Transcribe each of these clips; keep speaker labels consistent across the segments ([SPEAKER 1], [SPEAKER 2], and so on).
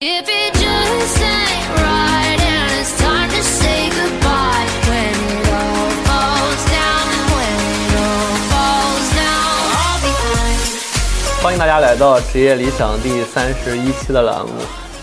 [SPEAKER 1] If it just ain't right and it's time to say goodbye when it all falls down, when it all falls down, I'll be fine.
[SPEAKER 2] 欢迎大家来到《职业理想》第三十一期的栏目。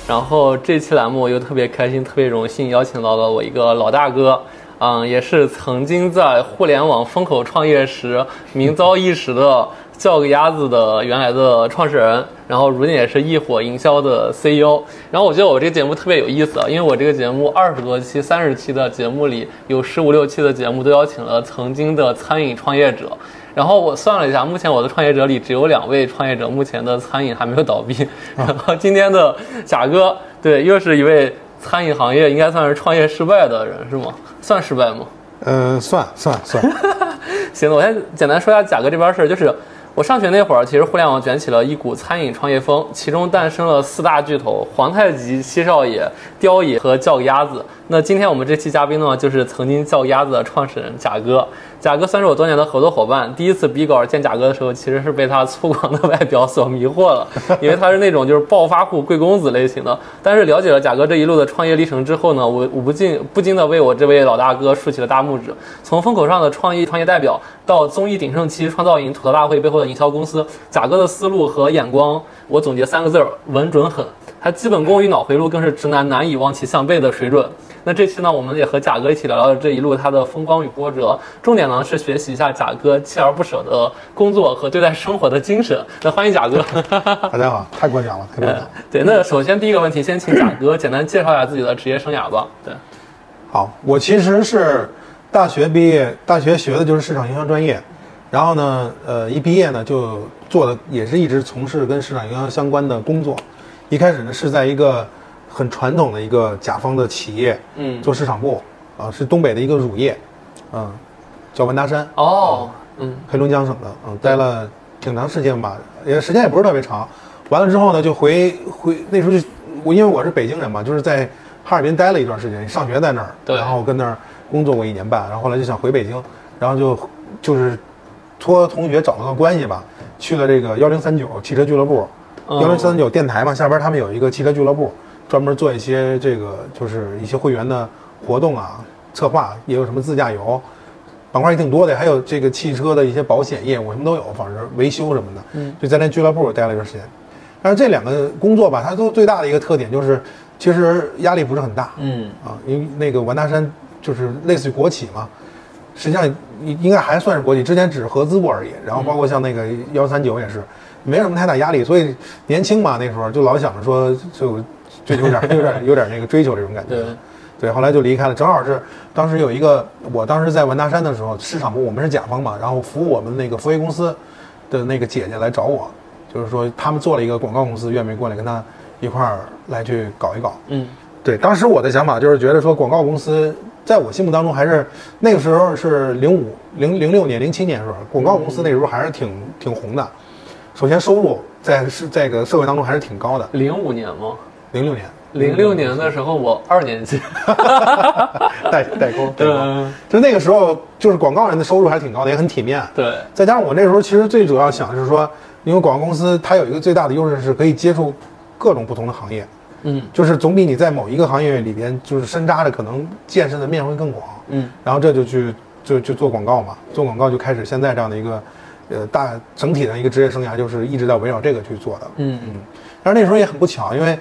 [SPEAKER 2] 然后这期栏目我又特别开心，特别荣幸邀请到了我一个老大哥，嗯，也是曾经在互联网风口创业时名噪一时的叫个鸭子的原来的创始人，然后如今也是一火营销的 CEO。然后我觉得我这个节目特别有意思，啊因为我这个节目二十多期、三十期的节目里，有十五六期的节目都邀请了曾经的餐饮创业者。然后我算了一下，目前我的创业者里只有两位创业者，目前的餐饮还没有倒闭。然后今天的贾哥，对，又是一位餐饮行业应该算是创业失败的人，是吗？算失败吗？
[SPEAKER 3] 呃，算算算，
[SPEAKER 2] 行，我先简单说一下贾哥这边事儿，就是我上学那会儿，其实互联网卷起了一股餐饮创业风，其中诞生了四大巨头：皇太极、七少爷、雕爷和叫鸭子。那今天我们这期嘉宾呢，就是曾经叫鸭子的创始人贾哥。贾哥算是我多年的合作伙伴。第一次比稿见贾哥的时候，其实是被他粗犷的外表所迷惑了，因为他是那种就是暴发户、贵公子类型的。但是了解了贾哥这一路的创业历程之后呢，啊我我不禁不禁的为我这位老大哥竖起了大拇指。从风口上的创意创业代表到综艺鼎盛期创造营吐槽大会背后的营销公司，贾哥的思路和眼光，我总结三个字儿：稳准狠。他基本功与脑回路更是直男难以望其项背的水准。那这期呢，我们也和贾哥一起聊聊这一路他的风光与波折，重点呢是学习一下贾哥锲而不舍的工作和对待生活的精神。那欢迎贾哥。
[SPEAKER 3] 大家好，太过奖了，太过奖了。
[SPEAKER 2] 对，那首先第一个问题，先请贾哥简单介绍一下自己的职业生涯吧。对，
[SPEAKER 3] 好，我其实是大学毕业，大学学的就是市场营销专业，然后呢，呃，一毕业呢就做的也是一直从事跟市场营销相关的工作。一开始呢是在一个很传统的一个甲方的企业，
[SPEAKER 2] 嗯
[SPEAKER 3] 做市场部，啊、是东北的一个乳业，嗯、叫万达山，
[SPEAKER 2] 哦，嗯
[SPEAKER 3] 黑龙江省的，嗯，待了挺长时间吧，也时间也不是特别长。完了之后呢，就回回那时候就我因为我是北京人嘛，就是在哈尔滨待了一段时间，上学在那儿，
[SPEAKER 2] 对
[SPEAKER 3] 然后跟那儿工作过一年半，然后后来就想回北京，然后就就是托同学找了个关系吧，去了这个幺零三九汽车俱乐部，
[SPEAKER 2] 嗯
[SPEAKER 3] 幺零三九电台嘛，下边他们有一个汽车俱乐部，专门做一些这个就是一些会员的活动啊，策划也有什么自驾游，板块也挺多的，还有这个汽车的一些保险业务什么都有，反正维修什么的，
[SPEAKER 2] 嗯，
[SPEAKER 3] 就在那俱乐部待了一段时间。但是这两个工作吧，它都最大的一个特点就是，其实压力不是很大，
[SPEAKER 2] 嗯
[SPEAKER 3] 啊，因为那个完达山就是类似于国企嘛，实际上应应该还算是国企，之前只是合资过而已。然
[SPEAKER 2] 嗯
[SPEAKER 3] 后包括像那个幺三九也是，没什么太大压力，所以年轻嘛那时候就老想着说就就有点有点有点那个追求这种感觉
[SPEAKER 2] 对。
[SPEAKER 3] 对，后来就离开了，正好是当时有一个，我当时在文达山的时候，市场部我们是甲方嘛，然后服务我们那个福威公司的那个姐姐来找我，就是说他们做了一个广告公司，愿不愿意过来跟他一块儿来去搞一搞。
[SPEAKER 2] 嗯
[SPEAKER 3] 对，当时我的想法就是觉得说，广告公司在我心目当中还是那个时候是零五、零零六年、零七年的时候，广告公司那时候还是挺挺红的。首先收入在是这个社会当中还是挺高的，
[SPEAKER 2] 零五年吗？
[SPEAKER 3] 零六年
[SPEAKER 2] 零六年的时候我二年级。
[SPEAKER 3] 代 代沟，代沟，
[SPEAKER 2] 嗯，
[SPEAKER 3] 就那个时候就是广告人的收入还是挺高的，也很体面。
[SPEAKER 2] 对，
[SPEAKER 3] 再加上我那时候其实最主要想的是说，因为广告公司它有一个最大的优势是可以接触各种不同的行业，
[SPEAKER 2] 嗯
[SPEAKER 3] 就是总比你在某一个行业里边就是深扎着，可能见识的面会更广。
[SPEAKER 2] 嗯
[SPEAKER 3] 然后这就去就就做广告嘛，做广告就开始现在这样的一个，呃，大整体的一个职业生涯就是一直在围绕这个去做的。
[SPEAKER 2] 嗯
[SPEAKER 3] 但是那时候也很不巧，因为，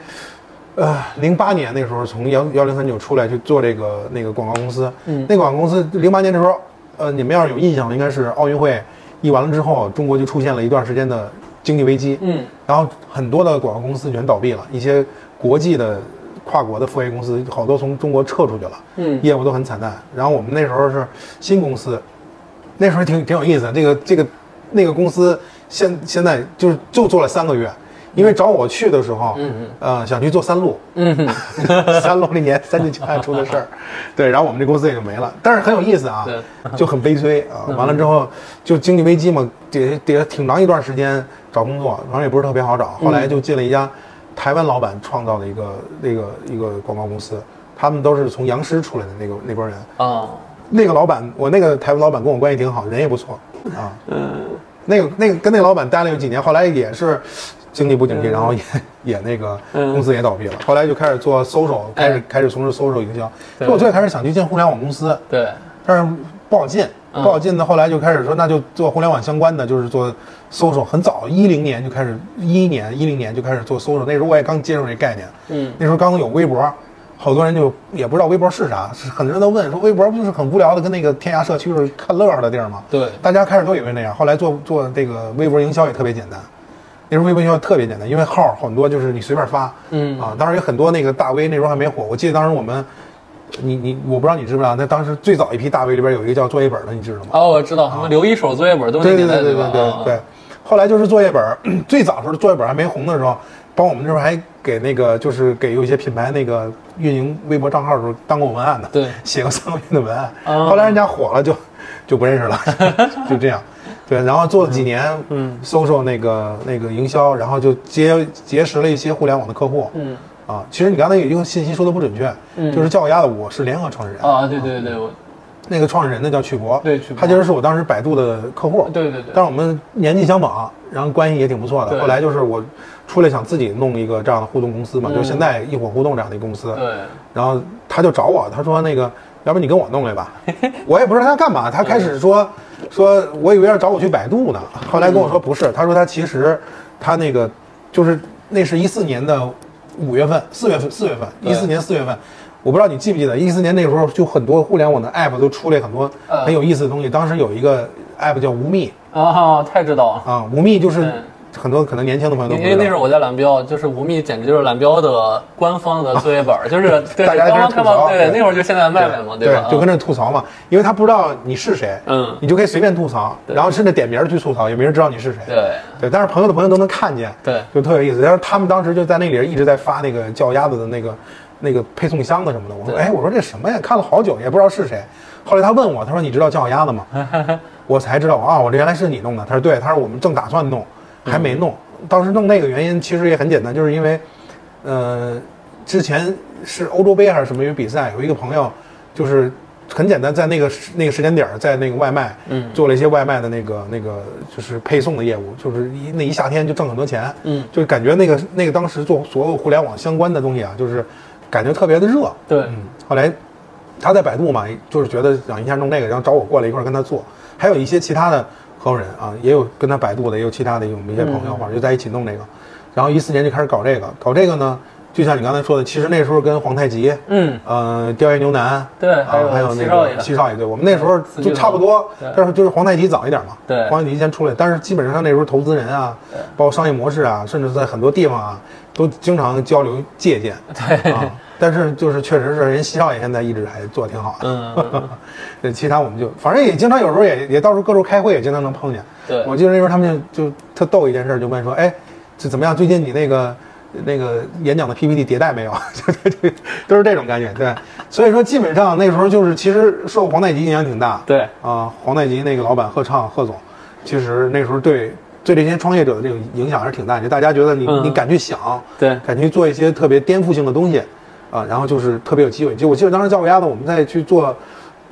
[SPEAKER 3] 呃，零八年那时候从幺幺零三九出来去做这个那个广告公司，
[SPEAKER 2] 嗯
[SPEAKER 3] 那个广告公司零八年的时候，呃，你们要是有印象，应该是奥运会一完了之后，中国就出现了一段时间的经济危机，
[SPEAKER 2] 嗯
[SPEAKER 3] 然后很多的广告公司全倒闭了，一些国际的跨国的副业公司好多从中国撤出去了。
[SPEAKER 2] 嗯
[SPEAKER 3] 业务都很惨淡。然后我们那时候是新公司，那时候挺挺有意思的。这个这个那个公司现现在就是就做了三个月，因为找我去的时候，
[SPEAKER 2] 嗯嗯
[SPEAKER 3] 呃，想去做三鹿，
[SPEAKER 2] 嗯，
[SPEAKER 3] 三鹿那年三聚氰胺出的事儿，对，然后我们这公司也就没了。但是很有意思啊
[SPEAKER 2] 对，嗯
[SPEAKER 3] 就很悲催啊。 完了之后就经济危机嘛，得得挺长一段时间找工作，反正也不是特别好找。后来
[SPEAKER 2] 嗯
[SPEAKER 3] 就进了一家台湾老板创造的一个那个一个广告公司，他们都是从杨师出来的那个那波人。
[SPEAKER 2] 哦，
[SPEAKER 3] 那个老板，我那个台湾老板跟我关系挺好，人也不错啊。嗯，那个那个跟那个老板待了有几年，后来也是经济不景气，然后也也那个
[SPEAKER 2] 嗯
[SPEAKER 3] 公司也倒闭了。后来就开始做 social，开
[SPEAKER 2] 哎
[SPEAKER 3] 始开始从事 social 营销。
[SPEAKER 2] 对
[SPEAKER 3] 所以我最开始想去进互联网公司，
[SPEAKER 2] 对，
[SPEAKER 3] 但是不好进，不
[SPEAKER 2] 嗯
[SPEAKER 3] 好进的。后来就开始说，那就做互联网相关的，就是做 social。很早，一零年就开始，一一年、一零年就开始做 social。那时候我也刚接受这概念，
[SPEAKER 2] 嗯，
[SPEAKER 3] 那时候刚有微博，好多人就也不知道微博是啥，是很多人都问说，微博不就是很无聊的，跟那个天涯社区是看乐呵的地儿吗？
[SPEAKER 2] 对
[SPEAKER 3] 大家开始都以为那样。后来做做这个微博营销也特别简单。那时候微博营销特别简单，因为号很多就是你随便发，
[SPEAKER 2] 嗯
[SPEAKER 3] 啊，当然有很多那个大 V 那时候还没火，我记得当时我们，你你我不知道你知不知道，那当时最早一批大 V 里边有一个叫作业本的，你知道吗？
[SPEAKER 2] 哦，我知道，什么留一手作业本都是那
[SPEAKER 3] 啊对
[SPEAKER 2] 年
[SPEAKER 3] 对
[SPEAKER 2] 代
[SPEAKER 3] 对对
[SPEAKER 2] 吧
[SPEAKER 3] 对？对
[SPEAKER 2] 啊
[SPEAKER 3] 对。后来就是作业本儿， 最早时候作业本还没红的时候，帮我们这边还给那个就是给有一些品牌那个运营微博账号的时候当过文案的，
[SPEAKER 2] 对
[SPEAKER 3] 写过三个月的文案。
[SPEAKER 2] 啊
[SPEAKER 3] 后来人家火了就就不认识了， 就这样。对，然后做了几年，嗯，social 那个那个营销，然后就结结识了一些互联网的客户，
[SPEAKER 2] 嗯，
[SPEAKER 3] 啊，其实你刚才有一个信息说的不准确，
[SPEAKER 2] 嗯
[SPEAKER 3] 就是叫我丫的我是联合创始人，
[SPEAKER 2] 啊，对对对对，我
[SPEAKER 3] 那个创始人呢叫曲博，
[SPEAKER 2] 对曲博
[SPEAKER 3] 他其实是我当时百度的客户，
[SPEAKER 2] 对对对
[SPEAKER 3] 但是我们年纪相仿，然后关系也挺不错的。
[SPEAKER 2] 对
[SPEAKER 3] 后来就是我出来想自己弄一个这样的互动公司嘛，
[SPEAKER 2] 嗯
[SPEAKER 3] 就是现在一伙互动这样的一个公司。
[SPEAKER 2] 对，
[SPEAKER 3] 然后他就找我，他说那个，要不你跟我弄 来吧。我也不知道他干嘛，他开始说说，我以为要找我去百度呢，后来跟我说不是，他说他其实他那个就是那是一四年的五月份、四月份、四月份，
[SPEAKER 2] 对
[SPEAKER 3] 一四年四月份。我不知道你记不记得，一四年那时候就很多互联网的 app 都出来很多
[SPEAKER 2] 嗯
[SPEAKER 3] 很有意思的东西。当时有一个 app 叫无密，
[SPEAKER 2] 啊，太知道了。
[SPEAKER 3] 啊，无密就是
[SPEAKER 2] 嗯
[SPEAKER 3] 很多可能年轻的朋友都不
[SPEAKER 2] 因
[SPEAKER 3] 知道，
[SPEAKER 2] 为那时候我在蓝标，就是无密，简直就是蓝标的官方的作业本儿，就是对
[SPEAKER 3] 大
[SPEAKER 2] 刚
[SPEAKER 3] 家在这
[SPEAKER 2] 刚
[SPEAKER 3] 吐
[SPEAKER 2] 开
[SPEAKER 3] 槽
[SPEAKER 2] 放，对
[SPEAKER 3] 对
[SPEAKER 2] 那会儿就现在卖卖嘛，
[SPEAKER 3] 对
[SPEAKER 2] 吧？
[SPEAKER 3] 就跟
[SPEAKER 2] 着
[SPEAKER 3] 那吐槽嘛，因为他不知道你是谁，
[SPEAKER 2] 嗯
[SPEAKER 3] 你就可以随便吐槽，
[SPEAKER 2] 对
[SPEAKER 3] 然后甚至点名儿去吐槽，也没人知道你是谁，
[SPEAKER 2] 对
[SPEAKER 3] 对，但是朋友的朋友都能看见，
[SPEAKER 2] 对
[SPEAKER 3] 就特有意思。但是他们当时就在那里边一直在发那个叫鸭子的那个那个配送箱子什么的，我说
[SPEAKER 2] 对
[SPEAKER 3] 哎，我说这什么呀？看了好久也不知道是谁。后来他问我，他说你知道叫鸭 子吗？我才知道啊，我这原来是你弄的。他说对，他说我们正打算弄，还没
[SPEAKER 2] 嗯
[SPEAKER 3] 弄。当时弄那个原因其实也很简单，就是因为，呃，之前是欧洲杯还是什么有比赛，有一个朋友就是很简单，在那个时那个时间点儿，在那个外卖，
[SPEAKER 2] 嗯
[SPEAKER 3] 做了一些外卖的那个那个就是配送的业务，就是一那一夏天就挣很多钱，
[SPEAKER 2] 嗯
[SPEAKER 3] 就感觉那个那个当时做所有互联网相关的东西啊，就是感觉特别的热，
[SPEAKER 2] 对
[SPEAKER 3] 嗯，后来他在百度嘛，就是觉得想一下弄那个，然后找我过来一块儿跟他做，还有一些其他的合伙人啊，也有跟他百度的，也有其他的我们一些朋友，反正就在一起弄这个。然后一四年就开始搞这个，搞这个呢，就像你刚才说的，其实那时候跟皇太极，
[SPEAKER 2] 嗯，
[SPEAKER 3] 呃，刁爷牛腩，
[SPEAKER 2] 对
[SPEAKER 3] 啊
[SPEAKER 2] 还有
[SPEAKER 3] 还有
[SPEAKER 2] 七
[SPEAKER 3] 那
[SPEAKER 2] 少爷
[SPEAKER 3] 个七少爷，对我们那时候
[SPEAKER 2] 四巨
[SPEAKER 3] 就
[SPEAKER 2] 头
[SPEAKER 3] 差不多
[SPEAKER 2] 对，
[SPEAKER 3] 但是就是皇太极早一点嘛，
[SPEAKER 2] 对
[SPEAKER 3] 皇太极先出来，但是基本上那时候投资人啊，包括商业模式啊，甚至在很多地方啊，都经常交流借鉴，
[SPEAKER 2] 对，
[SPEAKER 3] 啊，但是就是确实是人西少爷现在一直还做挺好的，
[SPEAKER 2] 嗯，
[SPEAKER 3] 对，其他我们就反正也经常有时候也也到时候各处开会也经常能碰见。
[SPEAKER 2] 对
[SPEAKER 3] 我记得那时候他们就就特逗一件事，就问说，哎，这怎么样？最近你那个那个演讲的 PPT 迭代没有？ 就就就都是这种感觉，对。所以说基本上那时候就是其实受皇太极影响挺大，
[SPEAKER 2] 对
[SPEAKER 3] 啊，皇太极那个老板贺畅贺总，其实那时候对对这些创业者的这种影响还是挺大的，就大家觉得你、
[SPEAKER 2] 嗯
[SPEAKER 3] 你敢去想，
[SPEAKER 2] 对
[SPEAKER 3] 敢去做一些特别颠覆性的东西，啊，然后就是特别有机会。就我记得当时教育丫的，我们在去做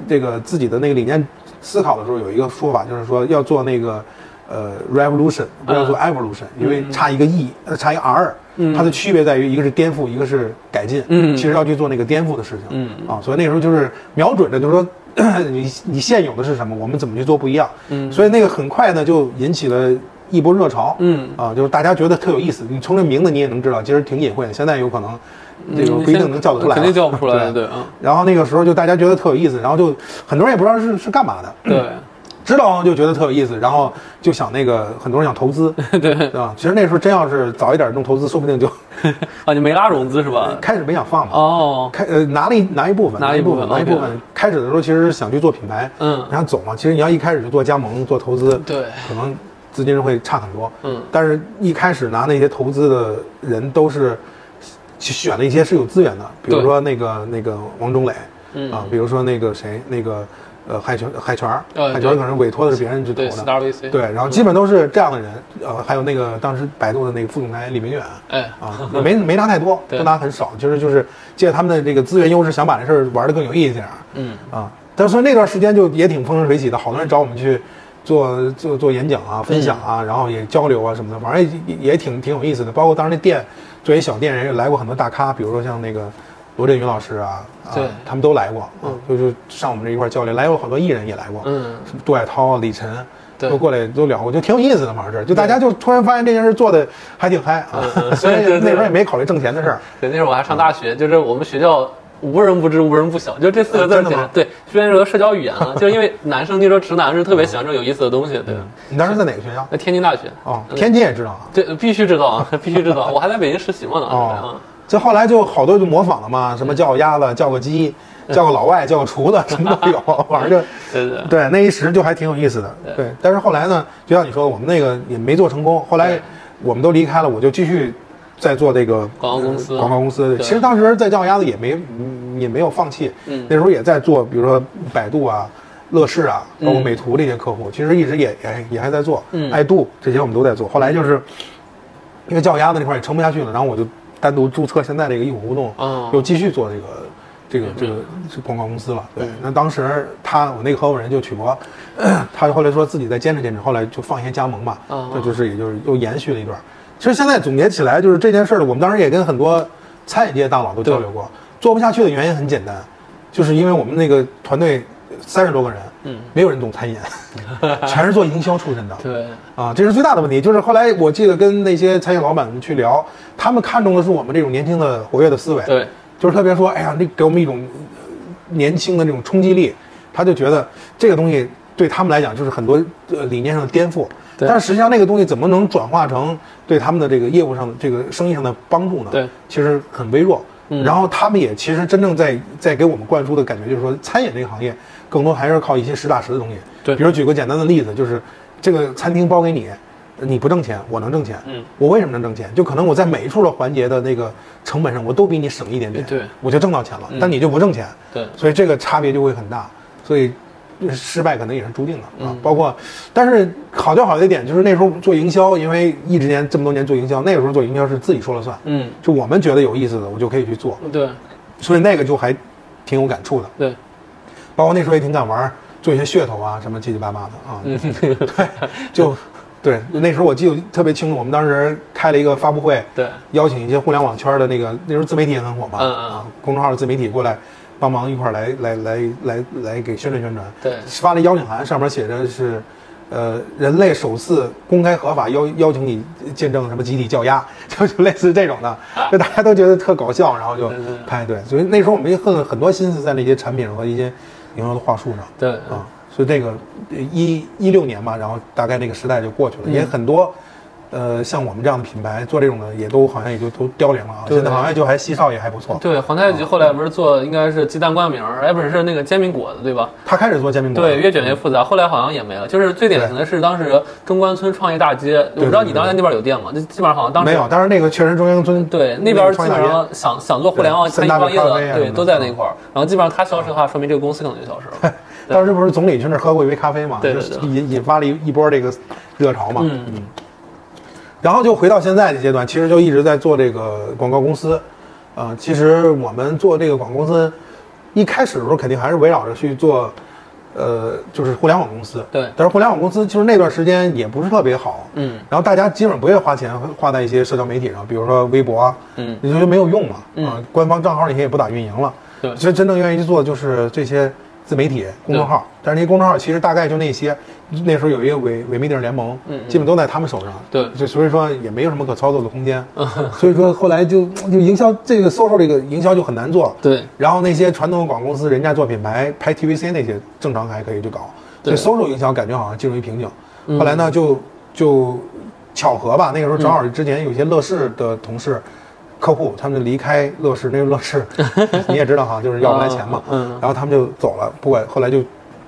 [SPEAKER 3] 这个自己的那个理念思考的时候，有一个说法就是说要做那个呃 revolution，不要做
[SPEAKER 2] 嗯
[SPEAKER 3] evolution，、因为差一个 e，呃差一个 r，、它的区别在于一个是颠覆，一个是改进，
[SPEAKER 2] 嗯
[SPEAKER 3] 其实要去做那个颠覆的事情，
[SPEAKER 2] 嗯
[SPEAKER 3] 啊，所以那时候就是瞄准着，就是说。 你你现有的是什么？我们怎么去做不一样？嗯，所以那个很快呢就引起了一波热潮。
[SPEAKER 2] 嗯
[SPEAKER 3] 啊，就是大家觉得特有意思。你从这名字你也能知道，其实挺隐晦的。现在有可能这个
[SPEAKER 2] 嗯
[SPEAKER 3] 不一定能叫得出来了，啊
[SPEAKER 2] 肯定叫不出来，
[SPEAKER 3] 对。
[SPEAKER 2] 对，嗯，
[SPEAKER 3] 然后那个时候就大家觉得特有意思，然后就很多人也不知道是是干嘛的，
[SPEAKER 2] 对，嗯
[SPEAKER 3] 知道就觉得特有意思，然后就想那个很多人想投资， 对吧？其实那时候真要是早一点弄投资，说不定就
[SPEAKER 2] 啊，你没拉融资是吧？
[SPEAKER 3] 开始没想放嘛。
[SPEAKER 2] 哦，
[SPEAKER 3] 开呃拿了一拿一部分，
[SPEAKER 2] 拿了一
[SPEAKER 3] 一
[SPEAKER 2] 部分
[SPEAKER 3] 拿一部
[SPEAKER 2] OK
[SPEAKER 3] 分。开始的时候其实是想去做品牌，
[SPEAKER 2] 嗯
[SPEAKER 3] 然后走嘛。其实你要一开始就做加盟、做投资，
[SPEAKER 2] 对
[SPEAKER 3] 可能资金会差很多。
[SPEAKER 2] 嗯
[SPEAKER 3] 但是一开始拿那些投资的人都是选了一些是有资源的，比如
[SPEAKER 2] 对
[SPEAKER 3] 说那个那个王中磊，
[SPEAKER 2] 嗯
[SPEAKER 3] 啊，比如说那个谁那个呃海泉海泉儿，
[SPEAKER 2] 呃
[SPEAKER 3] 海泉儿可能委托的是别人去投
[SPEAKER 2] 对嗯
[SPEAKER 3] 的。
[SPEAKER 2] ，StarVC，，
[SPEAKER 3] 对，然后基本都是这样的人，呃，还有那个当时百度的那个副总裁李明远，
[SPEAKER 2] 哎，
[SPEAKER 3] 啊， 没没拿太多，
[SPEAKER 2] 对
[SPEAKER 3] 都拿很少，其实就是借他们的这个资源优势，想把这事儿玩得更有意思一点儿
[SPEAKER 2] 嗯，
[SPEAKER 3] 啊。但是那段时间就也挺风生水起的，好多人找我们去做做做演讲啊、分享
[SPEAKER 2] 嗯
[SPEAKER 3] 啊，然后也交流啊什么的，反正也也挺挺有意思的。包括当时那店作为小店，人也来过很多大咖，比如说像那个罗振宇老师啊，啊
[SPEAKER 2] 对
[SPEAKER 3] 他们都来过，啊，就是上我们这一块儿交流，来过好多艺人也来过，
[SPEAKER 2] 嗯，
[SPEAKER 3] 什么杜海涛、啊李晨。
[SPEAKER 2] 对
[SPEAKER 3] 都过来都聊过，就挺有意思的嘛，这儿就大家就突然发现这件事做的还挺嗨 啊
[SPEAKER 2] 嗯，嗯
[SPEAKER 3] 虽然
[SPEAKER 2] 对对
[SPEAKER 3] 那
[SPEAKER 2] 对
[SPEAKER 3] 时候也没考虑挣钱的事儿，
[SPEAKER 2] 对，那时候我还上大学，就是我们学校无人不知、无人不晓，就这四个字
[SPEAKER 3] 啊
[SPEAKER 2] 儿
[SPEAKER 3] 真的
[SPEAKER 2] 简直
[SPEAKER 3] 吗
[SPEAKER 2] 对，虽然说社交语言啊，就是因为男生听说直男是特别喜欢这种有意思的东西，对。
[SPEAKER 3] 你当时在哪个学校？
[SPEAKER 2] 那天津大学
[SPEAKER 3] 哦，
[SPEAKER 2] 嗯
[SPEAKER 3] 天津也知道啊。
[SPEAKER 2] 对，必须知道啊，必须知道，我还在北京实习嘛呢，
[SPEAKER 3] 哦，这后来就好多就模仿了嘛，什么叫个鸭子，叫个
[SPEAKER 2] 嗯
[SPEAKER 3] 鸡，叫个老外，叫个厨子，什么 都有，反正就。
[SPEAKER 2] 对对
[SPEAKER 3] 对，那一时就还挺有意思的。对，但是后来呢，就像你说，我们那个也没做成功。后来
[SPEAKER 2] 对
[SPEAKER 3] 我们都离开了，我就继续在做这个
[SPEAKER 2] 广告公司
[SPEAKER 3] 呃广告公司，
[SPEAKER 2] 对
[SPEAKER 3] 其实当时在叫鸭子也没嗯也没有放弃，
[SPEAKER 2] 嗯
[SPEAKER 3] 那时候也在做，比如说百度啊、乐视啊，包括
[SPEAKER 2] 嗯
[SPEAKER 3] 美图这些客户，其实一直也也也还在做，
[SPEAKER 2] 嗯
[SPEAKER 3] 爱度这些我们都在做。后来就是因为叫鸭子那块儿也撑不下去了，然后我就单独注册现在这个一股互动，
[SPEAKER 2] 哦
[SPEAKER 3] 又继续做这个。这个这个是广告公司了，对。那当时他我那个合伙人就曲博， 他后来说自己再坚持坚持，后来就放一些加盟吧，
[SPEAKER 2] 哦
[SPEAKER 3] 这就是也就是又延续了一段。其实现在总结起来，就是这件事儿，我们当时也跟很多餐饮界大佬都交流过，做不下去的原因很简单，就是因为我们那个团队三十多个人，
[SPEAKER 2] 嗯，
[SPEAKER 3] 没有人 懂餐饮，全是做营销出身的，
[SPEAKER 2] 对，
[SPEAKER 3] 啊，这是最大的问题。就是后来我记得跟那些餐饮老板们去聊，他们看中的是我们这种年轻的活跃的思维，
[SPEAKER 2] 对，
[SPEAKER 3] 就是特别说，哎呀，那给我们一种呃年轻的那种冲击力，他就觉得这个东西对他们来讲就是很多呃理念上的颠覆。
[SPEAKER 2] 对
[SPEAKER 3] 但是实际上那个东西怎么能转化成对他们的这个业务上的这个生意上的帮助呢？
[SPEAKER 2] 对，
[SPEAKER 3] 其实很微弱。
[SPEAKER 2] 嗯
[SPEAKER 3] 然后他们也其实真正在在给我们灌输的感觉就是说，餐饮这个行业更多还是靠一些实打实的东西。
[SPEAKER 2] 对
[SPEAKER 3] 比如举个简单的例子，就是这个餐厅包给你，你不挣钱，我能挣钱。
[SPEAKER 2] 嗯，
[SPEAKER 3] 我为什么能挣钱？就可能我在每一处的环节的那个成本上，我都比你省一点点，
[SPEAKER 2] 对嗯
[SPEAKER 3] 我就挣到钱了，但你就不挣钱，
[SPEAKER 2] 对
[SPEAKER 3] 所以这个差别就会很大，所以失败可能也是注定的啊。
[SPEAKER 2] 嗯
[SPEAKER 3] 包括，但是好就好的一点就是那时候做营销，因为一直年这么多年做营销，那个时候做营销是自己说了算，
[SPEAKER 2] 嗯，
[SPEAKER 3] 就我们觉得有意思的，我就可以去做，
[SPEAKER 2] 对
[SPEAKER 3] 所以那个就还挺有感触的。
[SPEAKER 2] 对，
[SPEAKER 3] 包括那时候也挺敢玩儿，做一些噱头啊，什么七七八八的啊。
[SPEAKER 2] 嗯，
[SPEAKER 3] 就对，那时候我记得特别清楚，我们当时开了一个发布会，
[SPEAKER 2] 对，
[SPEAKER 3] 邀请一些互联网圈的那个那时候自媒体也很火嘛，
[SPEAKER 2] 嗯嗯
[SPEAKER 3] 啊，公众号自媒体过来帮忙一块儿来来来来来给宣传宣传，
[SPEAKER 2] 对
[SPEAKER 3] 发了邀请函，上面写着是。呃，人类首次公开合法邀邀请你见证什么集体叫鸭， 就就类似这种的，就大家都觉得特搞笑，然后就
[SPEAKER 2] 对对对
[SPEAKER 3] 拍对，所以那时候我们也很很多心思在那些产品上和一些营销的话术上。
[SPEAKER 2] 对，
[SPEAKER 3] 啊，所以这个一一六年嘛，然后大概那个时代就过去
[SPEAKER 2] 嗯
[SPEAKER 3] 了，也很多，呃，像我们这样的品牌做这种的，也都好像也就都凋零了啊。
[SPEAKER 2] 对
[SPEAKER 3] 现在好像就还西少也还不错，
[SPEAKER 2] 对，皇太极后来不是做应该是鸡蛋灌饼儿，哎，不是是那个煎饼果子对吧？
[SPEAKER 3] 他开始做煎饼果子，
[SPEAKER 2] 对，越卷越复杂，后来好像也没了。就是最典型的是当时中关村创业大街，我不知道你当时那边有店吗？那基本上好像当时
[SPEAKER 3] 没有，但是那个确实中央村
[SPEAKER 2] 对，那边基
[SPEAKER 3] 创
[SPEAKER 2] 本
[SPEAKER 3] 业大
[SPEAKER 2] 上
[SPEAKER 3] 街
[SPEAKER 2] 想想做互联网
[SPEAKER 3] 对
[SPEAKER 2] 餐饮创业
[SPEAKER 3] 三大咖啡
[SPEAKER 2] 的，
[SPEAKER 3] 啊什
[SPEAKER 2] 对，
[SPEAKER 3] 么的
[SPEAKER 2] 都在那块儿。然后基本上他消失的话，说明这个公司可能就消失了。
[SPEAKER 3] 当时不是总理去那儿喝过一杯咖啡嘛，
[SPEAKER 2] 对对
[SPEAKER 3] 就是
[SPEAKER 2] 对
[SPEAKER 3] 引引发了一一波这个热潮嘛。
[SPEAKER 2] 嗯
[SPEAKER 3] 然后就回到现在的阶段，其实就一直在做这个广告公司，啊、其实我们做这个广告公司，一开始的时候肯定还是围绕着去做，呃，就是互联网公司。
[SPEAKER 2] 对
[SPEAKER 3] 但是互联网公司其实那段时间也不是特别好，
[SPEAKER 2] 嗯，
[SPEAKER 3] 然后大家基本不愿意花钱花在一些社交媒体上，比如说微博，啊
[SPEAKER 2] 嗯
[SPEAKER 3] 你就没有用嘛，啊、
[SPEAKER 2] 嗯
[SPEAKER 3] 官方账号那些也不打运营了。
[SPEAKER 2] 对
[SPEAKER 3] 其实真正愿意去做的就是这些自媒体公众号，但是那些公众号其实大概就那些，那时候有一个伪伪密地联盟，
[SPEAKER 2] 嗯嗯
[SPEAKER 3] 基本都在他们手上，
[SPEAKER 2] 对嗯
[SPEAKER 3] 就所以说也没有什么可操作的空间，所以说后来就就营销这个 social 这个营销就很难做，
[SPEAKER 2] 对
[SPEAKER 3] 然后那些传统的广告公司，人家做品牌拍 TVC 那些，正常还可以去搞。
[SPEAKER 2] 对嗯
[SPEAKER 3] 所以 social 营销感觉好像进入一瓶颈。后来呢，就就巧合吧，那个时候正好之前有些乐视的同事、客户，他们离开乐视，那个乐视 你也知道哈，就是要不来钱嘛，
[SPEAKER 2] 嗯嗯
[SPEAKER 3] 然后他们就走了，不管后来就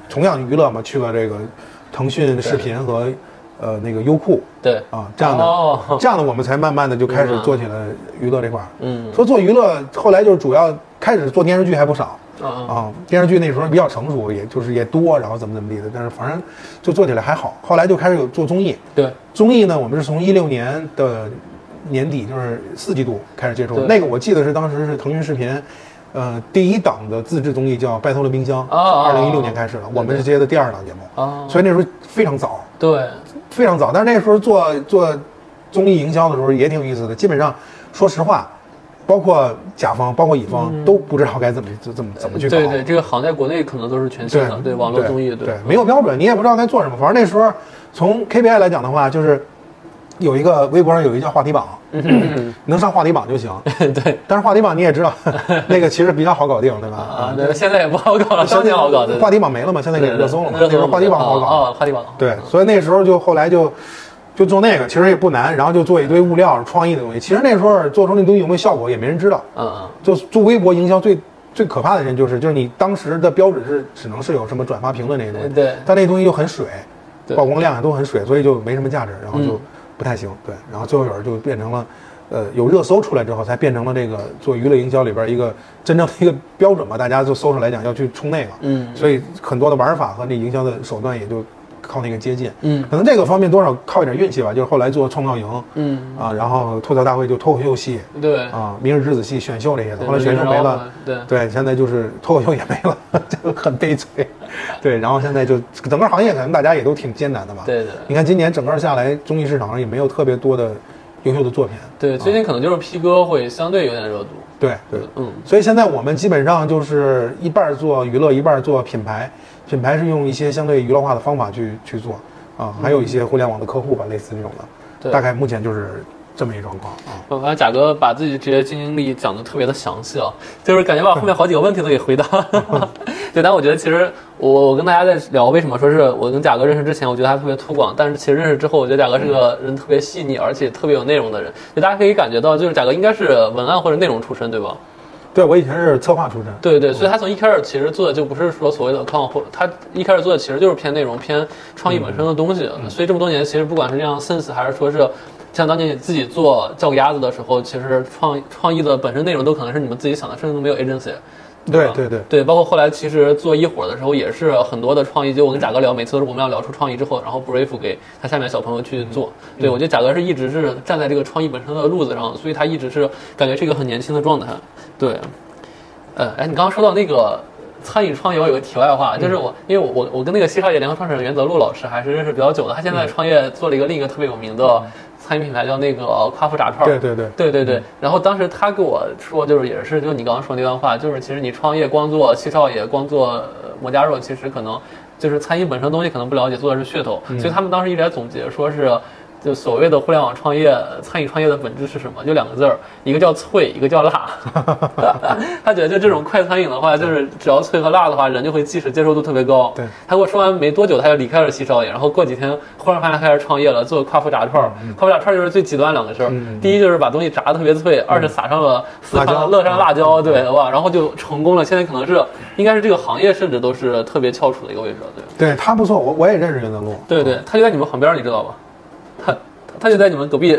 [SPEAKER 3] 同样娱乐嘛，去了这个腾讯视频和呃那个优酷
[SPEAKER 2] 对，
[SPEAKER 3] 啊这样的，
[SPEAKER 2] 哦
[SPEAKER 3] 这样的我们才慢慢的就开始做起了娱乐这块儿。
[SPEAKER 2] 嗯
[SPEAKER 3] 说做娱乐，后来就是主要开始做电视剧还不少
[SPEAKER 2] 嗯嗯
[SPEAKER 3] 啊，电视剧那时候比较成熟，也就是也多，然后怎么怎么地的，但是反正就做起来还好。后来就开始有做综艺，
[SPEAKER 2] 嗯对，
[SPEAKER 3] 综艺呢，我们是从一六年的年底，就是四季度开始接触
[SPEAKER 2] 对，
[SPEAKER 3] 那个我记得是当时是腾讯视频。呃，第一档的自制综艺叫《拜托了冰箱》，
[SPEAKER 2] 哦哦
[SPEAKER 3] 二零一六年开始的，我们是接的第二档节目，
[SPEAKER 2] 哦
[SPEAKER 3] 所以那时候非常早，
[SPEAKER 2] 对，
[SPEAKER 3] 非常早。但是那时候做做综艺营销的时候也挺有意思的，基本上说实话，包括甲方，包括乙方、都不知道该怎么怎么怎么去搞。
[SPEAKER 2] 嗯呃对对，这个行在国内可能都是全新的，对网络综艺，
[SPEAKER 3] 对没有标准，你也不知道该做什么。反正那时候从 KPI 来讲的话，就是有一个微博上有一个叫话题榜，
[SPEAKER 2] 嗯
[SPEAKER 3] 能上话题榜就行。
[SPEAKER 2] 对
[SPEAKER 3] 但是话题榜你 也知道，那个其实比较好搞定，对吧？
[SPEAKER 2] 啊，对，现在也不好搞了，当年好搞的，
[SPEAKER 3] 话题榜没了嘛，现在给热搜了嘛，那时候话题榜好搞。
[SPEAKER 2] 啊，话题榜，
[SPEAKER 3] 对，所以那时候就后来就就做那个，其实也不难，然后就做一堆物料、创意的东西。其实那时候做出那东西有没有效果也没人知道。
[SPEAKER 2] 嗯嗯，
[SPEAKER 3] 就做微博营销最最可怕的人就是就是你当时的标准是只能是有什么转发、评论那些东西，
[SPEAKER 2] 对
[SPEAKER 3] 但那东西又很水，
[SPEAKER 2] 对
[SPEAKER 3] 曝光量啊也都很水，所以就没什么价值，然后就
[SPEAKER 2] 嗯
[SPEAKER 3] 不太行。对，然后最后有人就变成了。呃，有热搜出来之后，才变成了这个做娱乐营销里边一个真正的一个标准吧。大家就搜上来讲要去冲那个，
[SPEAKER 2] 嗯
[SPEAKER 3] 所以很多的玩法和那营销的手段也就靠那个接近，
[SPEAKER 2] 嗯
[SPEAKER 3] 可能这个方面多少靠一点运气吧。就是后来做创造营，
[SPEAKER 2] 嗯
[SPEAKER 3] 啊，然后吐槽大会就脱口秀系，
[SPEAKER 2] 对，
[SPEAKER 3] 啊，明日之子系选秀这些的，
[SPEAKER 2] 对
[SPEAKER 3] 后来选秀没了，
[SPEAKER 2] 对
[SPEAKER 3] 对，现在就是脱口秀也没了，就很悲催，对，然后现在就整个行业可能大家也都挺艰难的吧，
[SPEAKER 2] 对对
[SPEAKER 3] 你看今年整个下来，综艺市场上也没有特别多的优秀的作品，
[SPEAKER 2] 对，最近可能就是 P 哥会相对有点热度，
[SPEAKER 3] 对对，
[SPEAKER 2] 嗯，
[SPEAKER 3] 所以现在我们基本上就是一半儿做娱乐，一半儿做品牌，品牌是用一些相对娱乐化的方法去去做，啊，还有一些互联网的客户吧，类似这种的，
[SPEAKER 2] 对
[SPEAKER 3] 大概目前就是这么一状况啊。
[SPEAKER 2] 我发现贾哥把自己职业经历讲的特别的详细啊，就是感觉把后面好几个问题都给 回答了。对，但我觉得其实我我跟大家在聊为什么说是我跟贾哥认识之前，我觉得他特别粗犷，但是其实认识之后，我觉得贾哥是个
[SPEAKER 3] 嗯
[SPEAKER 2] 人特别细腻，而且特别有内容的人。就大家可以感觉到，就是贾哥应该是文案或者内容出身，对吧？
[SPEAKER 3] 对我以前是策划出身，
[SPEAKER 2] 对对，所以他从一开始其实做的就不是说所谓的创或他一开始做的其实就是偏内容、偏创意本身的东西。所以这么多年，其实不管是这样 sense，还是说是像当年你自己做叫鸭子的时候，其实创创意的本身内容都可能是你们自己想的，甚至都没有 agency。
[SPEAKER 3] 对
[SPEAKER 2] 吧
[SPEAKER 3] 对对。
[SPEAKER 2] 对，包括后来其实做一伙的时候也是很多的创意，就我跟贾哥聊，每次都是我们要聊出创意之后，然后 brief 给他下面小朋友去
[SPEAKER 3] 嗯
[SPEAKER 2] 做。对我觉得贾哥是一直是站在这个创意本身的路子上，所以他一直是感觉是一个很年轻的状态。对，呃，哎，你刚刚说到那个。餐饮创业，我有个题外话，
[SPEAKER 3] 嗯
[SPEAKER 2] 就是我，因为我我我跟那个西少爷联合创始人袁泽路老师还是认识比较久的，他
[SPEAKER 3] 嗯
[SPEAKER 2] 现在创业做了一个另一个特别有名的餐饮品牌，叫那个夸父炸串儿。
[SPEAKER 3] 对对对
[SPEAKER 2] 对对对，然后当时他跟我说，就是也是就你刚刚说那段话，就是其实你创业光做西少爷，光做呃摩家肉，其实可能就是餐饮本身的东西可能不了解，做的是噱头，所以他们当时一直在总结说是。就所谓的互联网创业、餐饮创业的本质是什么？就两个字儿，一个叫脆，一个叫辣。他觉得就这种快餐饮的话，就是只要脆和辣的话，人就会即时接受度特别高。
[SPEAKER 3] 对
[SPEAKER 2] 他给我说完没多久，他就离开了西少爷，然后过几天忽然发现他开始创业了，做夸父炸串儿。夸父炸串儿就是最极端两个事儿，第一就是把东西炸得特别脆，二是撒上了四
[SPEAKER 3] 嗯辣椒嗯
[SPEAKER 2] 川乐山辣椒，对哇，然后就成功了。现在可能是应该是这个行业甚至都是特别翘楚的一个位置了，对。
[SPEAKER 3] 对他不错，我我也认识袁泽路，
[SPEAKER 2] 对对，他就在你们旁边儿，你知道吧？他他就在你们隔壁，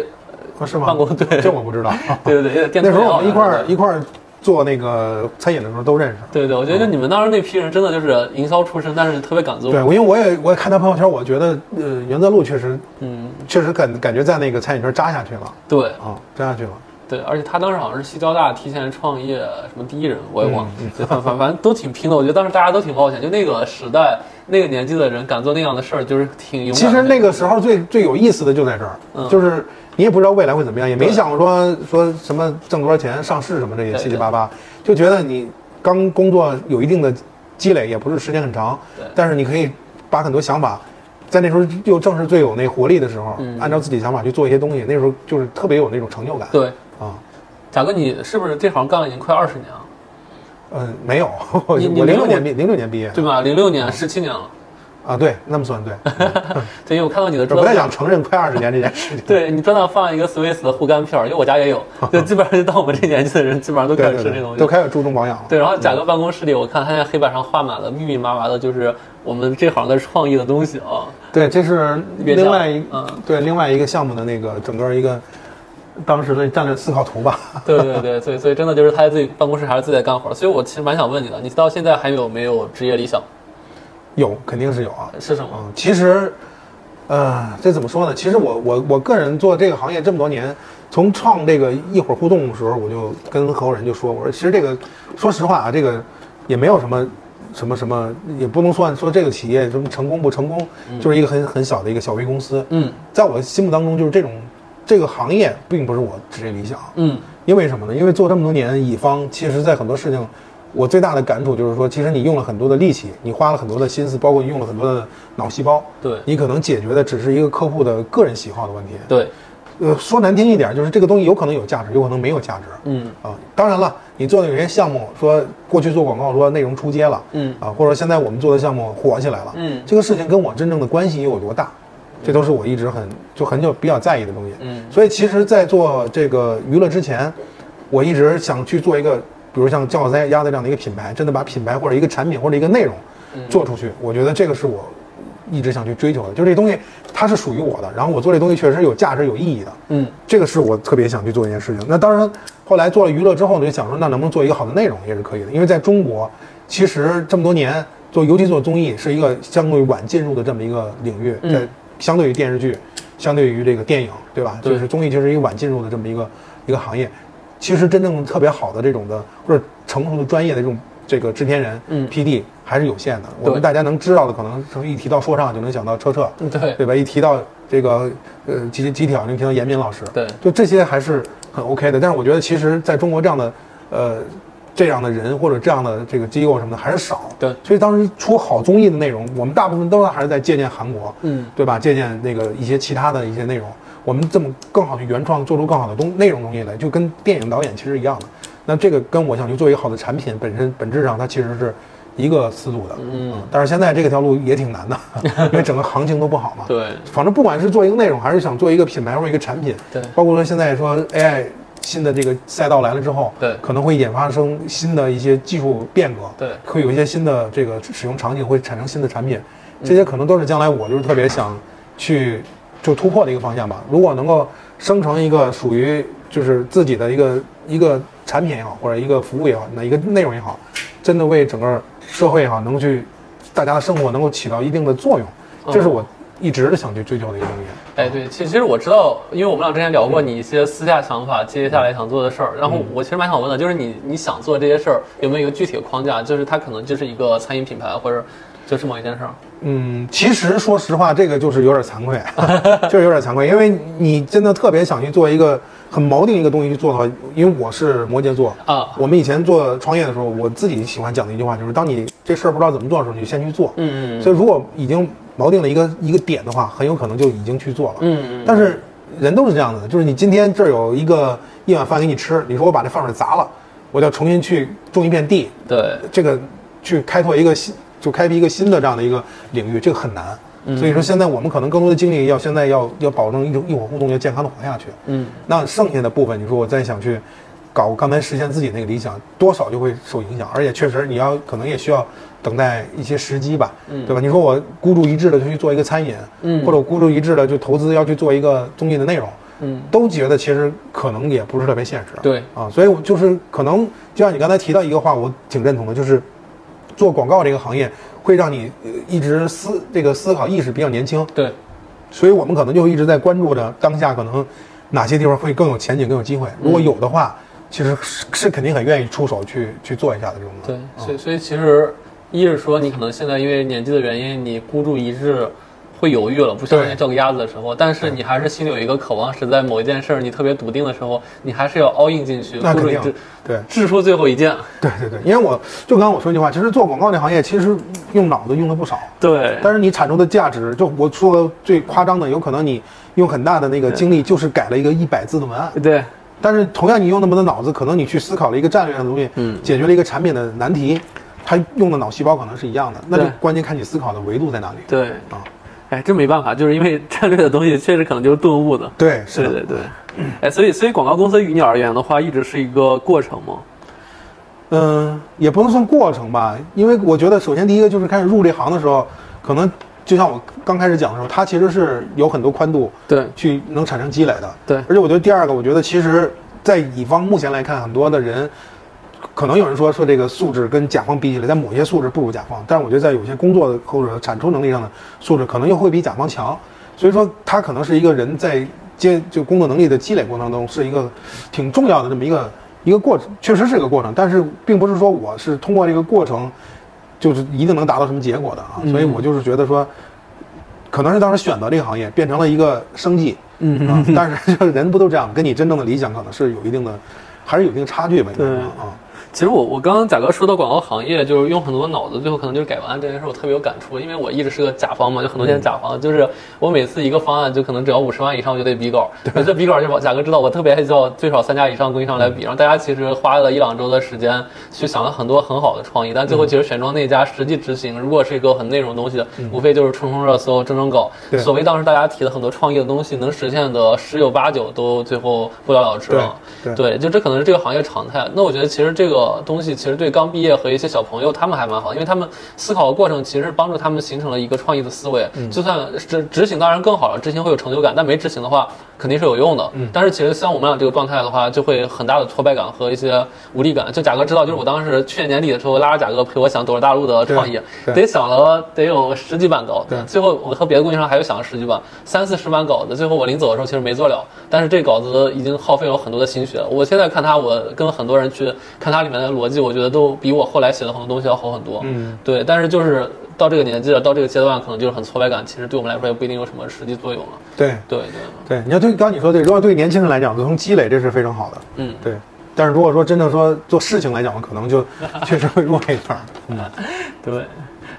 [SPEAKER 3] 哦是吗？
[SPEAKER 2] 办 公对
[SPEAKER 3] 这我不知道。
[SPEAKER 2] 对对对， 电
[SPEAKER 3] 那时候我们一块
[SPEAKER 2] 儿
[SPEAKER 3] 儿一块儿做那个餐饮的时候都认识。
[SPEAKER 2] 对对，我
[SPEAKER 3] 嗯
[SPEAKER 2] 觉得就你们当时那批人真的就是营销出身，但是特别敢做。
[SPEAKER 3] 对，我因为我也我也看他朋友圈，我觉得呃袁泽路确实
[SPEAKER 2] 嗯，
[SPEAKER 3] 确实感感觉在那个餐饮圈扎下去了
[SPEAKER 2] 对
[SPEAKER 3] 啊，扎下去了。
[SPEAKER 2] 对，而且他当时好像是西交大提前创业什么第一人，我也
[SPEAKER 3] 嗯
[SPEAKER 2] 忘了。对，反反反正都挺拼的，我觉得当时大家都挺冒险，就那个时代那个年纪的人敢做那样的事儿，就是挺勇敢的。
[SPEAKER 3] 其实那个时候最最有意思的就在这儿，
[SPEAKER 2] 嗯
[SPEAKER 3] 就是你也不知道未来会怎么样，也没想过说说什么挣多少钱、上市什么这些
[SPEAKER 2] 对
[SPEAKER 3] 七七八八，就觉得你刚工作有一定的积累，也不是时间很长
[SPEAKER 2] 对，
[SPEAKER 3] 但是你可以把很多想法。在那时候又正是最有那活力的时候，
[SPEAKER 2] 嗯
[SPEAKER 3] 按照自己想法去做一些东西，那时候就是特别有那种成就感。
[SPEAKER 2] 对，
[SPEAKER 3] 啊，
[SPEAKER 2] 贾哥，你是不是这行干了已经快二十年了，
[SPEAKER 3] 嗯，没有，我
[SPEAKER 2] 你
[SPEAKER 3] 零
[SPEAKER 2] 没有
[SPEAKER 3] 六年毕零六年毕业
[SPEAKER 2] 对吧？零六年，十七年了。
[SPEAKER 3] 啊，对，那 么算对，
[SPEAKER 2] 对，因为我看到你的
[SPEAKER 3] 我
[SPEAKER 2] 专
[SPEAKER 3] 不太
[SPEAKER 2] 栏
[SPEAKER 3] 想承认快二十年这件事情。
[SPEAKER 2] 对你桌上放一个 Swiss 的护肝片儿，因为我家也 有，就基本上就到我们这年纪的人，基本上都开
[SPEAKER 3] 对
[SPEAKER 2] 始
[SPEAKER 3] 对
[SPEAKER 2] 吃这
[SPEAKER 3] 对
[SPEAKER 2] 东，西
[SPEAKER 3] 都。开始注重保养了。
[SPEAKER 2] 对，然后贾哥办公室里，我看他在黑板上画满了密密麻麻的，就是我们这行的创意的东西 啊。
[SPEAKER 3] 对，这是
[SPEAKER 2] 原价
[SPEAKER 3] 另外一
[SPEAKER 2] 嗯
[SPEAKER 3] 对另外一个项目的那个整个一个当时的战略思考图吧。
[SPEAKER 2] 对对对，所以所以真的就是他在自己办公室还是自己在干活儿。所以我其实蛮想问你的，你到现在还有没有职业理想
[SPEAKER 3] 有肯定是有啊，
[SPEAKER 2] 是什么？
[SPEAKER 3] 嗯，其实，呃，这怎么说呢？其实我我我个人做这个行业这么多年，从创这个一会儿互动的时候，我就跟合伙人就说，我说其实这个，说实话啊，这个也没有什么什么什么，也不能算说这个企业什么成功不成功，就是一个很很小的一个小微公司。
[SPEAKER 2] 嗯，
[SPEAKER 3] 在我心目当中，就是这种这个行业并不是我职业理想。啊
[SPEAKER 2] 嗯
[SPEAKER 3] 因为什么呢？因为做这么多年乙方，其实在很多事情，我最大的感触就是说，其实你用了很多的力气，你花了很多的心思，包括你用了很多的脑细胞，
[SPEAKER 2] 对
[SPEAKER 3] 你可能解决的只是一个客户的个人喜好的问题。
[SPEAKER 2] 对，
[SPEAKER 3] 呃，说难听一点，就是这个东西有可能有价值，有可能没有价值。
[SPEAKER 2] 嗯
[SPEAKER 3] 啊，当然了，你做的有些项目，说过去做广告说内容出街了，
[SPEAKER 2] 嗯
[SPEAKER 3] 啊，或者现在我们做的项目火起来了，
[SPEAKER 2] 嗯
[SPEAKER 3] 这个事情跟我真正的关系有多大，这都是我一直很就很久比较在意的东西。
[SPEAKER 2] 嗯
[SPEAKER 3] 所以其实，在做这个娱乐之前，我一直想去做一个，比如像姜小三鸭子这样的一个品牌，真的把品牌或者一个产品或者一个内容
[SPEAKER 2] 嗯
[SPEAKER 3] 做出去，我觉得这个是我一直想去追求的，就这东西它是属于我的，然后我做这东西确实是有价值、有意义的。
[SPEAKER 2] 嗯
[SPEAKER 3] 这个是我特别想去做一件事情。那当然，后来做了娱乐之后呢，就想说，那能不能做一个好的内容也是可以的。因为在中国，其实这么多年做，尤其做综艺，是一个相对晚进入的这么一个领域，
[SPEAKER 2] 嗯
[SPEAKER 3] 在相对于电视剧，相对于这个电影，对吧？
[SPEAKER 2] 对
[SPEAKER 3] 就是综艺其实是一个晚进入的这么一个一个行业。其实真正特别好的这种的，或者成熟的专业的这种这个制片人、
[SPEAKER 2] 嗯
[SPEAKER 3] PD 还是有限的。
[SPEAKER 2] 对
[SPEAKER 3] 我们大家能知道的，可能一提到说唱就能想到车澈，
[SPEAKER 2] 嗯对
[SPEAKER 3] 对吧？一提到这个呃集集体好，能提到严敏老师，
[SPEAKER 2] 对
[SPEAKER 3] 就这些还是很 OK 的。但是我觉得，其实在中国这样的呃这样的人或者这样的这个机构什么的还是少。
[SPEAKER 2] 对
[SPEAKER 3] 所以当时出好综艺的内容，我们大部分都还是在借鉴韩国，
[SPEAKER 2] 嗯
[SPEAKER 3] 对吧？借鉴那个一些其他的一些内容，我们这么更好去原创，做出更好的东内容东西来，就跟电影导演其实一样的。那这个跟我想去做一个好的产品本身本质上它其实是一个思路的，嗯，但是现在这个条路也挺难的， 因为整个行情都不好嘛，
[SPEAKER 2] 对
[SPEAKER 3] 反正不管是做一个内容，还是想做一个品牌或者一个产品，
[SPEAKER 2] 对
[SPEAKER 3] 包括说现在说 AI 新的这个赛道来了之后，
[SPEAKER 2] 对
[SPEAKER 3] 可能会研发生新的一些技术变革，
[SPEAKER 2] 对
[SPEAKER 3] 会有一些新的这个使用场景，会产生新的产品，
[SPEAKER 2] 嗯
[SPEAKER 3] 这些可能都是将来我就是特别想去就突破的一个方向吧。如果能够生成一个属于就是自己的一个一个产品也好，或者一个服务也好，那一个内容也好，真的为整个社会也好，能去大家的生活能够起到一定的作用，这
[SPEAKER 2] 嗯
[SPEAKER 3] 是我一直的想去追求的一个东西。
[SPEAKER 2] 哎，对，其其实我知道，因为我们俩之前聊过你一些私下想法，接下来想做的事儿。然后我其实蛮想问的，就是你你想做这些事儿，有没有一个具体的框架？就是它可能就是一个餐饮品牌，或者就是某一件事儿。
[SPEAKER 3] 嗯，其实说实话，这个就是有点惭愧，啊 就是有点惭愧，因为你真的特别想去做一个很锚定一个东西去做的话，因为我是摩羯座
[SPEAKER 2] 啊
[SPEAKER 3] 我们以前做创业的时候，我自己喜欢讲的一句话就是，当你这事儿不知道怎么做的时候，你就先去做。
[SPEAKER 2] 嗯嗯
[SPEAKER 3] 所以如果已经锚定了一个一个点的话，很有可能就已经去做了。
[SPEAKER 2] 嗯嗯
[SPEAKER 3] 但是人都是这样子的，就是你今天这儿有一个一碗饭给你吃，你说我把这饭碗砸了，我就要重新去种一片地，
[SPEAKER 2] 对，
[SPEAKER 3] 这个去开拓一个新，就开辟一个新的这样的一个领域，这个很难。所以说，现在我们可能更多的精力要现在要要保证一种一伙互动要健康的活下去。
[SPEAKER 2] 嗯，
[SPEAKER 3] 那剩下的部分，你说我再想去搞刚才实现自己那个理想，多少就会受影响，而且确实你要可能也需要等待一些时机吧，对吧？你说我孤注一掷的就去做一个餐饮，
[SPEAKER 2] 嗯
[SPEAKER 3] 或者我孤注一掷的就投资要去做一个综艺的内容，
[SPEAKER 2] 嗯，
[SPEAKER 3] 都觉得其实可能也不是特别现实，
[SPEAKER 2] 对
[SPEAKER 3] 啊，所以我就是可能就像你刚才提到一个话，我挺认同的，就是做广告这个行业会让你呃一直思这个思考意识比较年轻，
[SPEAKER 2] 对，
[SPEAKER 3] 所以我们可能就一直在关注着当下可能哪些地方会更有前景、更有机会。如果有的话，其实是是肯定很愿意出手去去做一下的这种的。
[SPEAKER 2] 对，所以所以其实一是说你可能现在因为年纪的原因，你孤注一掷会犹豫了，不像
[SPEAKER 3] 对
[SPEAKER 2] 人家叫个鸭子的时候，但是你还是心里有一个渴望，是在某一件事儿你特别笃定的时候，你还是要 all in 进去，
[SPEAKER 3] 那
[SPEAKER 2] 孤
[SPEAKER 3] 肯
[SPEAKER 2] 注一
[SPEAKER 3] 定
[SPEAKER 2] 掷，，
[SPEAKER 3] 对
[SPEAKER 2] 掷出最后一件。
[SPEAKER 3] 对对对，因为我就刚刚我说那句话，其实做广告这行业其实用脑子用的不少，
[SPEAKER 2] 对
[SPEAKER 3] 但是你产出的价值，就我说的最夸张的，有可能你用很大的那个精力就是改了一个一百字的文案，
[SPEAKER 2] 对
[SPEAKER 3] 但是同样你用那么多脑子，可能你去思考了一个战略上的东西，
[SPEAKER 2] 嗯
[SPEAKER 3] 解决了一个产品的难题，它用的脑细胞可能是一样的，那就
[SPEAKER 2] 对
[SPEAKER 3] 关键看你思考的维度在哪里。
[SPEAKER 2] 对
[SPEAKER 3] 啊，
[SPEAKER 2] 哎，这没办法，就是因为战略的东西确实可能就是顿悟的。
[SPEAKER 3] 对，是
[SPEAKER 2] 对
[SPEAKER 3] 的。嗯
[SPEAKER 2] 对对，哎，所以所以广告公司于你而言的话，一直是一个过程嘛。
[SPEAKER 3] 嗯，也不能算过程吧，因为我觉得首先第一个就是开始入这行的时候，可能就像我刚开始讲的时候，它其实是有很多宽度
[SPEAKER 2] 对
[SPEAKER 3] 去能产生积累的。
[SPEAKER 2] 对
[SPEAKER 3] 而且我觉得第二个，我觉得其实，在乙方目前来看，很多的人，可能有人说说这个素质跟甲方比起来，在某些素质不如甲方，但是我觉得在有些工作的或者产出能力上的素质，可能又会比甲方强。所以说它可能是一个人在接就工作能力的积累过程中是一个挺重要的这么一个一个过程，确实是个过程，但是并不是说我是通过这个过程就是一定能达到什么结果的啊，所以我就是觉得说，可能是当时选择这个行业变成了一个生计，嗯啊，但是就是人不都这样，跟你真正的理想可能是有一定的，还是有一定差距吧，应该
[SPEAKER 2] 对
[SPEAKER 3] 啊啊。
[SPEAKER 2] 其实我我刚刚贾哥说到广告行业，就是用很多脑子，最后可能就是改文案这件事，我特别有感触，因为我一直是个甲方嘛，就很多年甲方，就是我每次一个方案就可能只要五十万以上我就得比稿，每次比稿就把贾哥知道我特别爱叫最少三家以上供应商来比，然后大家其实花了一两周的时间去想了很多很好的创意，但最后其实选中那家实际执行，如果是一个很内容的东西，无非就是冲冲热搜、征征稿
[SPEAKER 3] 嗯对，
[SPEAKER 2] 所谓当时大家提的很多创意的东西，能实现的十有八九都最后不了了之了。
[SPEAKER 3] 对对
[SPEAKER 2] 对，就这可能是这个行业常态。那我觉得其实这个东西其实对刚毕业和一些小朋友他们还蛮好，因为他们思考的过程其实是帮助他们形成了一个创意的思维。
[SPEAKER 3] 嗯
[SPEAKER 2] 就算执执行当然更好了，执行会有成就感，但没执行的话肯定是有用的。
[SPEAKER 3] 嗯
[SPEAKER 2] 但是其实像我们俩这个状态的话，就会很大的挫败感和一些无力感。就贾哥知道，就是我当时去年年底的时候拉着贾哥陪我想走着大陆的创意，
[SPEAKER 3] 对
[SPEAKER 2] 得想了得有十几版稿子
[SPEAKER 3] 对，
[SPEAKER 2] 最后我和别的供应商还有想了十几版，三四十版稿子，最后我临走的时候其实没做了，但是这稿子已经耗费了我很多的心血。我现在看它，我跟很多人去看它里面的逻辑，我觉得都比我后来写的很多东西要好很多。
[SPEAKER 3] 嗯，
[SPEAKER 2] 对。但是就是到这个年纪了，到这个阶段，可能就是很挫败感，其实对我们来说也不一定有什么实际作用了。
[SPEAKER 3] 对
[SPEAKER 2] 对对，
[SPEAKER 3] 啊对，你要对刚你说对，如果对年轻人来讲，从积累这是非常好的，
[SPEAKER 2] 嗯。
[SPEAKER 3] 对。但是如果说真正说做事情来讲，可能就确实会弱一点儿。
[SPEAKER 2] 嗯
[SPEAKER 3] 嗯
[SPEAKER 2] 对。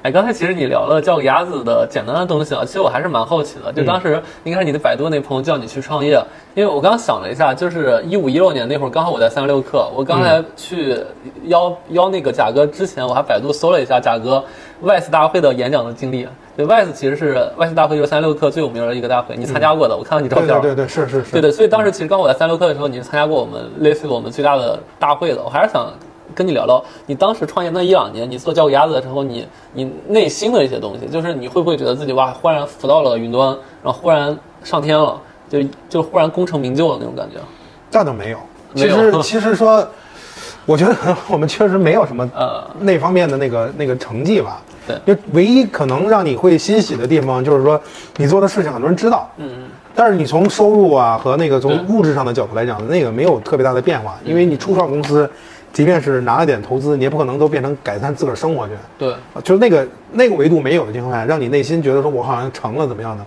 [SPEAKER 2] 哎，刚才其实你聊了叫鸭子的简单的东西啊，其实我还是蛮好奇的。
[SPEAKER 3] 嗯
[SPEAKER 2] 就当时应该是你的百度那朋友叫你去创业，因为我刚想了一下，就是一五一六年那会儿，刚好我在三十六氪，我
[SPEAKER 3] 嗯
[SPEAKER 2] 刚才去邀邀那个贾哥之前，我还百度搜了一下贾哥 VICE 大会的演讲的经历。对，VICE 其实是 VICE 大会就是三十六氪最有名的一个大会，你参加过的，我看到你照
[SPEAKER 3] 对
[SPEAKER 2] 片
[SPEAKER 3] 嗯对
[SPEAKER 2] 儿。
[SPEAKER 3] 对对，是是是。
[SPEAKER 2] 对对，所以当时其实刚我在三六课的时候，你是参加过我们类似于我们最大的大会的。我还是想跟你聊聊，你当时创业那一两年，你做教育鸭子的时候，你你内心的一些东西，就是你会不会觉得自己哇，忽然浮到了云端，然后忽然上天了，就就忽然功成名就的那种感觉？
[SPEAKER 3] 那倒没有。
[SPEAKER 2] 没
[SPEAKER 3] 其
[SPEAKER 2] 有
[SPEAKER 3] 实其实说，我觉得可能我们确实没有 什么
[SPEAKER 2] 呃，
[SPEAKER 3] 那方面的那个那个成绩吧。
[SPEAKER 2] 对
[SPEAKER 3] 就唯一可能让你会欣喜的地方，就是说你做的事情很多人知道，
[SPEAKER 2] 嗯，
[SPEAKER 3] 但是你从收入啊和那个从
[SPEAKER 2] 对
[SPEAKER 3] 物质上的角度来讲，那个没有特别大的变
[SPEAKER 2] 嗯
[SPEAKER 3] 化，因为你初创公司，即便是拿了点投资，你也不可能都变成改善自个儿生活去。
[SPEAKER 2] 对，
[SPEAKER 3] 啊就是那个那个维度没有的情况下，让你内心觉得说我好像成了怎么样的，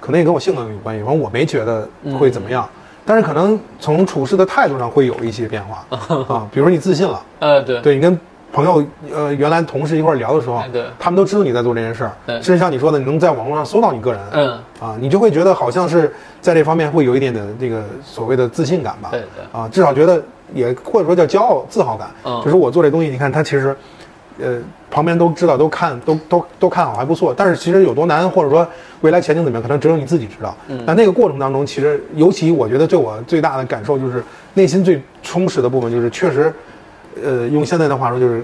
[SPEAKER 3] 可能也跟我性格有关系。反正我没觉得会怎么样，
[SPEAKER 2] 嗯
[SPEAKER 3] 但是可能从处事的态度上会有一些变化 啊，比如说你自信了，
[SPEAKER 2] 呃，对，
[SPEAKER 3] 对你跟朋友呃原来同事一块儿聊的时候
[SPEAKER 2] 哎对，
[SPEAKER 3] 他们都知道你在做这件事儿，
[SPEAKER 2] 对
[SPEAKER 3] 甚至像你说的，你能在网络上搜到你个人，
[SPEAKER 2] 嗯，
[SPEAKER 3] 啊，你就会觉得好像是在这方面会有一点点这个所谓的自信感吧，
[SPEAKER 2] 对对
[SPEAKER 3] 啊，至少觉得也或者说叫骄傲、自豪感，
[SPEAKER 2] 嗯
[SPEAKER 3] 就是我做这东西，你看他其实，呃，旁边都知道，都看，都都都看好，还不错，但是其实有多难，或者说未来前景怎么样，可能只有你自己知道。
[SPEAKER 2] 嗯
[SPEAKER 3] 那那个过程当中，其实尤其我觉得对我最大的感受就是内心最充实的部分，就是确实，呃，用现在的话说就是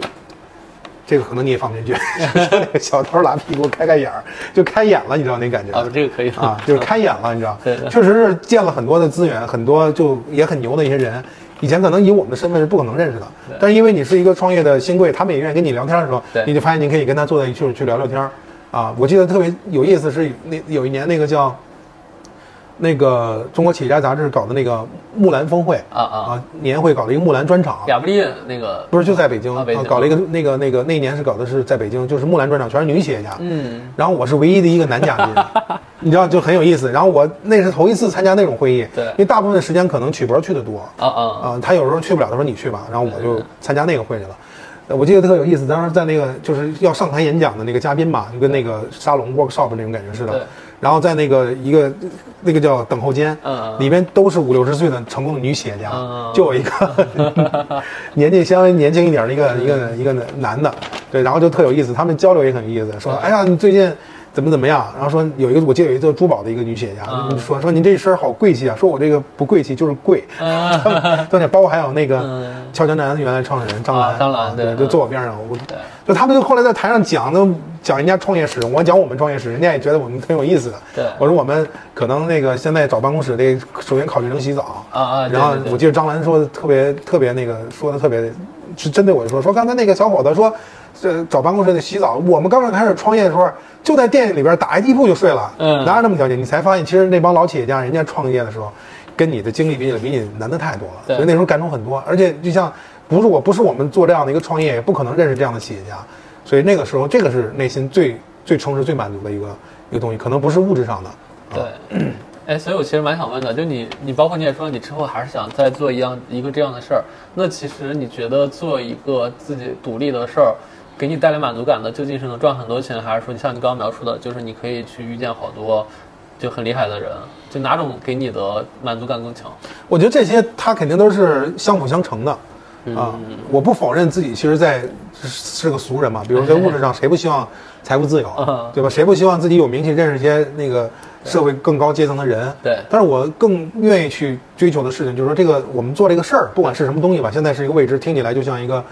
[SPEAKER 3] 这个可能你也放不进去， 就是那个小偷拉屁股开开眼儿，就开眼了，你知道那感觉
[SPEAKER 2] 啊，这个可以
[SPEAKER 3] 啊， 就是开眼了，你知道
[SPEAKER 2] 对对，
[SPEAKER 3] 确实是见了很多的资源，很多就也很牛的一些人，以前可能以我们的身份是不可能认识的，但是因为你是一个创业的新贵，他们也愿意跟你聊天的时候
[SPEAKER 2] 对，
[SPEAKER 3] 你就发现你可以跟他坐在一起去聊聊天儿啊，我记得特别有意思是那有一年那个叫。那个中国企业家杂志搞的那个木兰峰会
[SPEAKER 2] 啊啊
[SPEAKER 3] 年会搞了一个木兰专场，
[SPEAKER 2] 亚布力那个，
[SPEAKER 3] 不是就在北京，
[SPEAKER 2] 啊北京
[SPEAKER 3] 呃搞了一个那个那个那一年是搞的是在北京，就是木兰专场，全是女企业家。
[SPEAKER 2] 嗯，
[SPEAKER 3] 然后我是唯一的一个男嘉 宾，你知道就很有意思。然后我那是头一次参加那种会议，
[SPEAKER 2] 对
[SPEAKER 3] 因为大部分时间可能曲博去的多，
[SPEAKER 2] 啊啊，
[SPEAKER 3] 啊、他有时候去不了，他说你去吧，然后我就参加那个会去了。呃我记得特有意思，当时在那个就是要上台演讲的那个嘉宾嘛，就跟那个沙龙 workshop 那种感觉似
[SPEAKER 2] 对
[SPEAKER 3] 的。然后在那个一个那个叫等候间，
[SPEAKER 2] 嗯嗯嗯
[SPEAKER 3] 里边都是五六十岁的成功的女企业家，
[SPEAKER 2] 嗯嗯嗯
[SPEAKER 3] 就有一 个年纪稍微年轻一点的一
[SPEAKER 2] 嗯
[SPEAKER 3] 个一个一个男的，对，然后就特有意思，他们交流也很有意思，
[SPEAKER 2] 嗯
[SPEAKER 3] 说哎呀你最近怎么怎么样，然后说有一个我记得有一个珠宝的一个女企业家，
[SPEAKER 2] 嗯
[SPEAKER 3] 说说您这身儿好贵气啊，说我这个不贵气就是贵， 对，包括还有那个
[SPEAKER 2] 嗯
[SPEAKER 3] 俏江南原来创始人张
[SPEAKER 2] 啊
[SPEAKER 3] 兰，
[SPEAKER 2] 张兰
[SPEAKER 3] 啊
[SPEAKER 2] 对
[SPEAKER 3] 对，
[SPEAKER 2] 嗯
[SPEAKER 3] 就坐我边上，我
[SPEAKER 2] 对
[SPEAKER 3] 就他们就后来在台上讲，都讲人家创业史，我讲我们创业史，人家也觉得我们挺有意思的。
[SPEAKER 2] 对
[SPEAKER 3] 我说我们可能那个现在找办公室得首先考虑能洗澡
[SPEAKER 2] 啊啊对
[SPEAKER 3] 然后
[SPEAKER 2] 对对
[SPEAKER 3] 我记得张兰说的特别特别那个说的特别是针对我说，说刚才那个小伙子说，这找办公室里洗澡，我们刚刚开始创业的时候，就在店里边打一地铺就睡了，
[SPEAKER 2] 嗯
[SPEAKER 3] 哪有那么条件？你才发现，其实那帮老企业家，人家创业的时候，跟你的经历比你比你难的太多了，
[SPEAKER 2] 对
[SPEAKER 3] 所以那时候感触很多。而且就像不是我不是我们做这样的一个创业，也不可能认识这样的企业家，所以那个时候这个是内心最最充实、最满足的一个一个东西，可能不是物质上的，
[SPEAKER 2] 对，哎，所以我其实蛮想问的，就你，你包括你也说你之后还是想再做一样一个这样的事儿，那其实你觉得做一个自己独立的事儿，给你带来满足感的究竟是能赚很多钱，还是说你像你刚刚描述的，就是你可以去遇见好多就很厉害的人，就哪种给你的满足感更强？
[SPEAKER 3] 我觉得这些它肯定都是相辅相成的，
[SPEAKER 2] 嗯
[SPEAKER 3] 啊，我不否认自己其实在是是个俗 人嘛，比如在物质上，谁不希望财务自由
[SPEAKER 2] 嗯，
[SPEAKER 3] 对吧？谁不希望自己有名气，认识一些那个社会更高阶层的人？
[SPEAKER 2] 对
[SPEAKER 3] 但是我更愿意去追求的事情，就是说这个我们做这个事儿，不管是什么东西吧，现在是一个未知，听起来就像一个，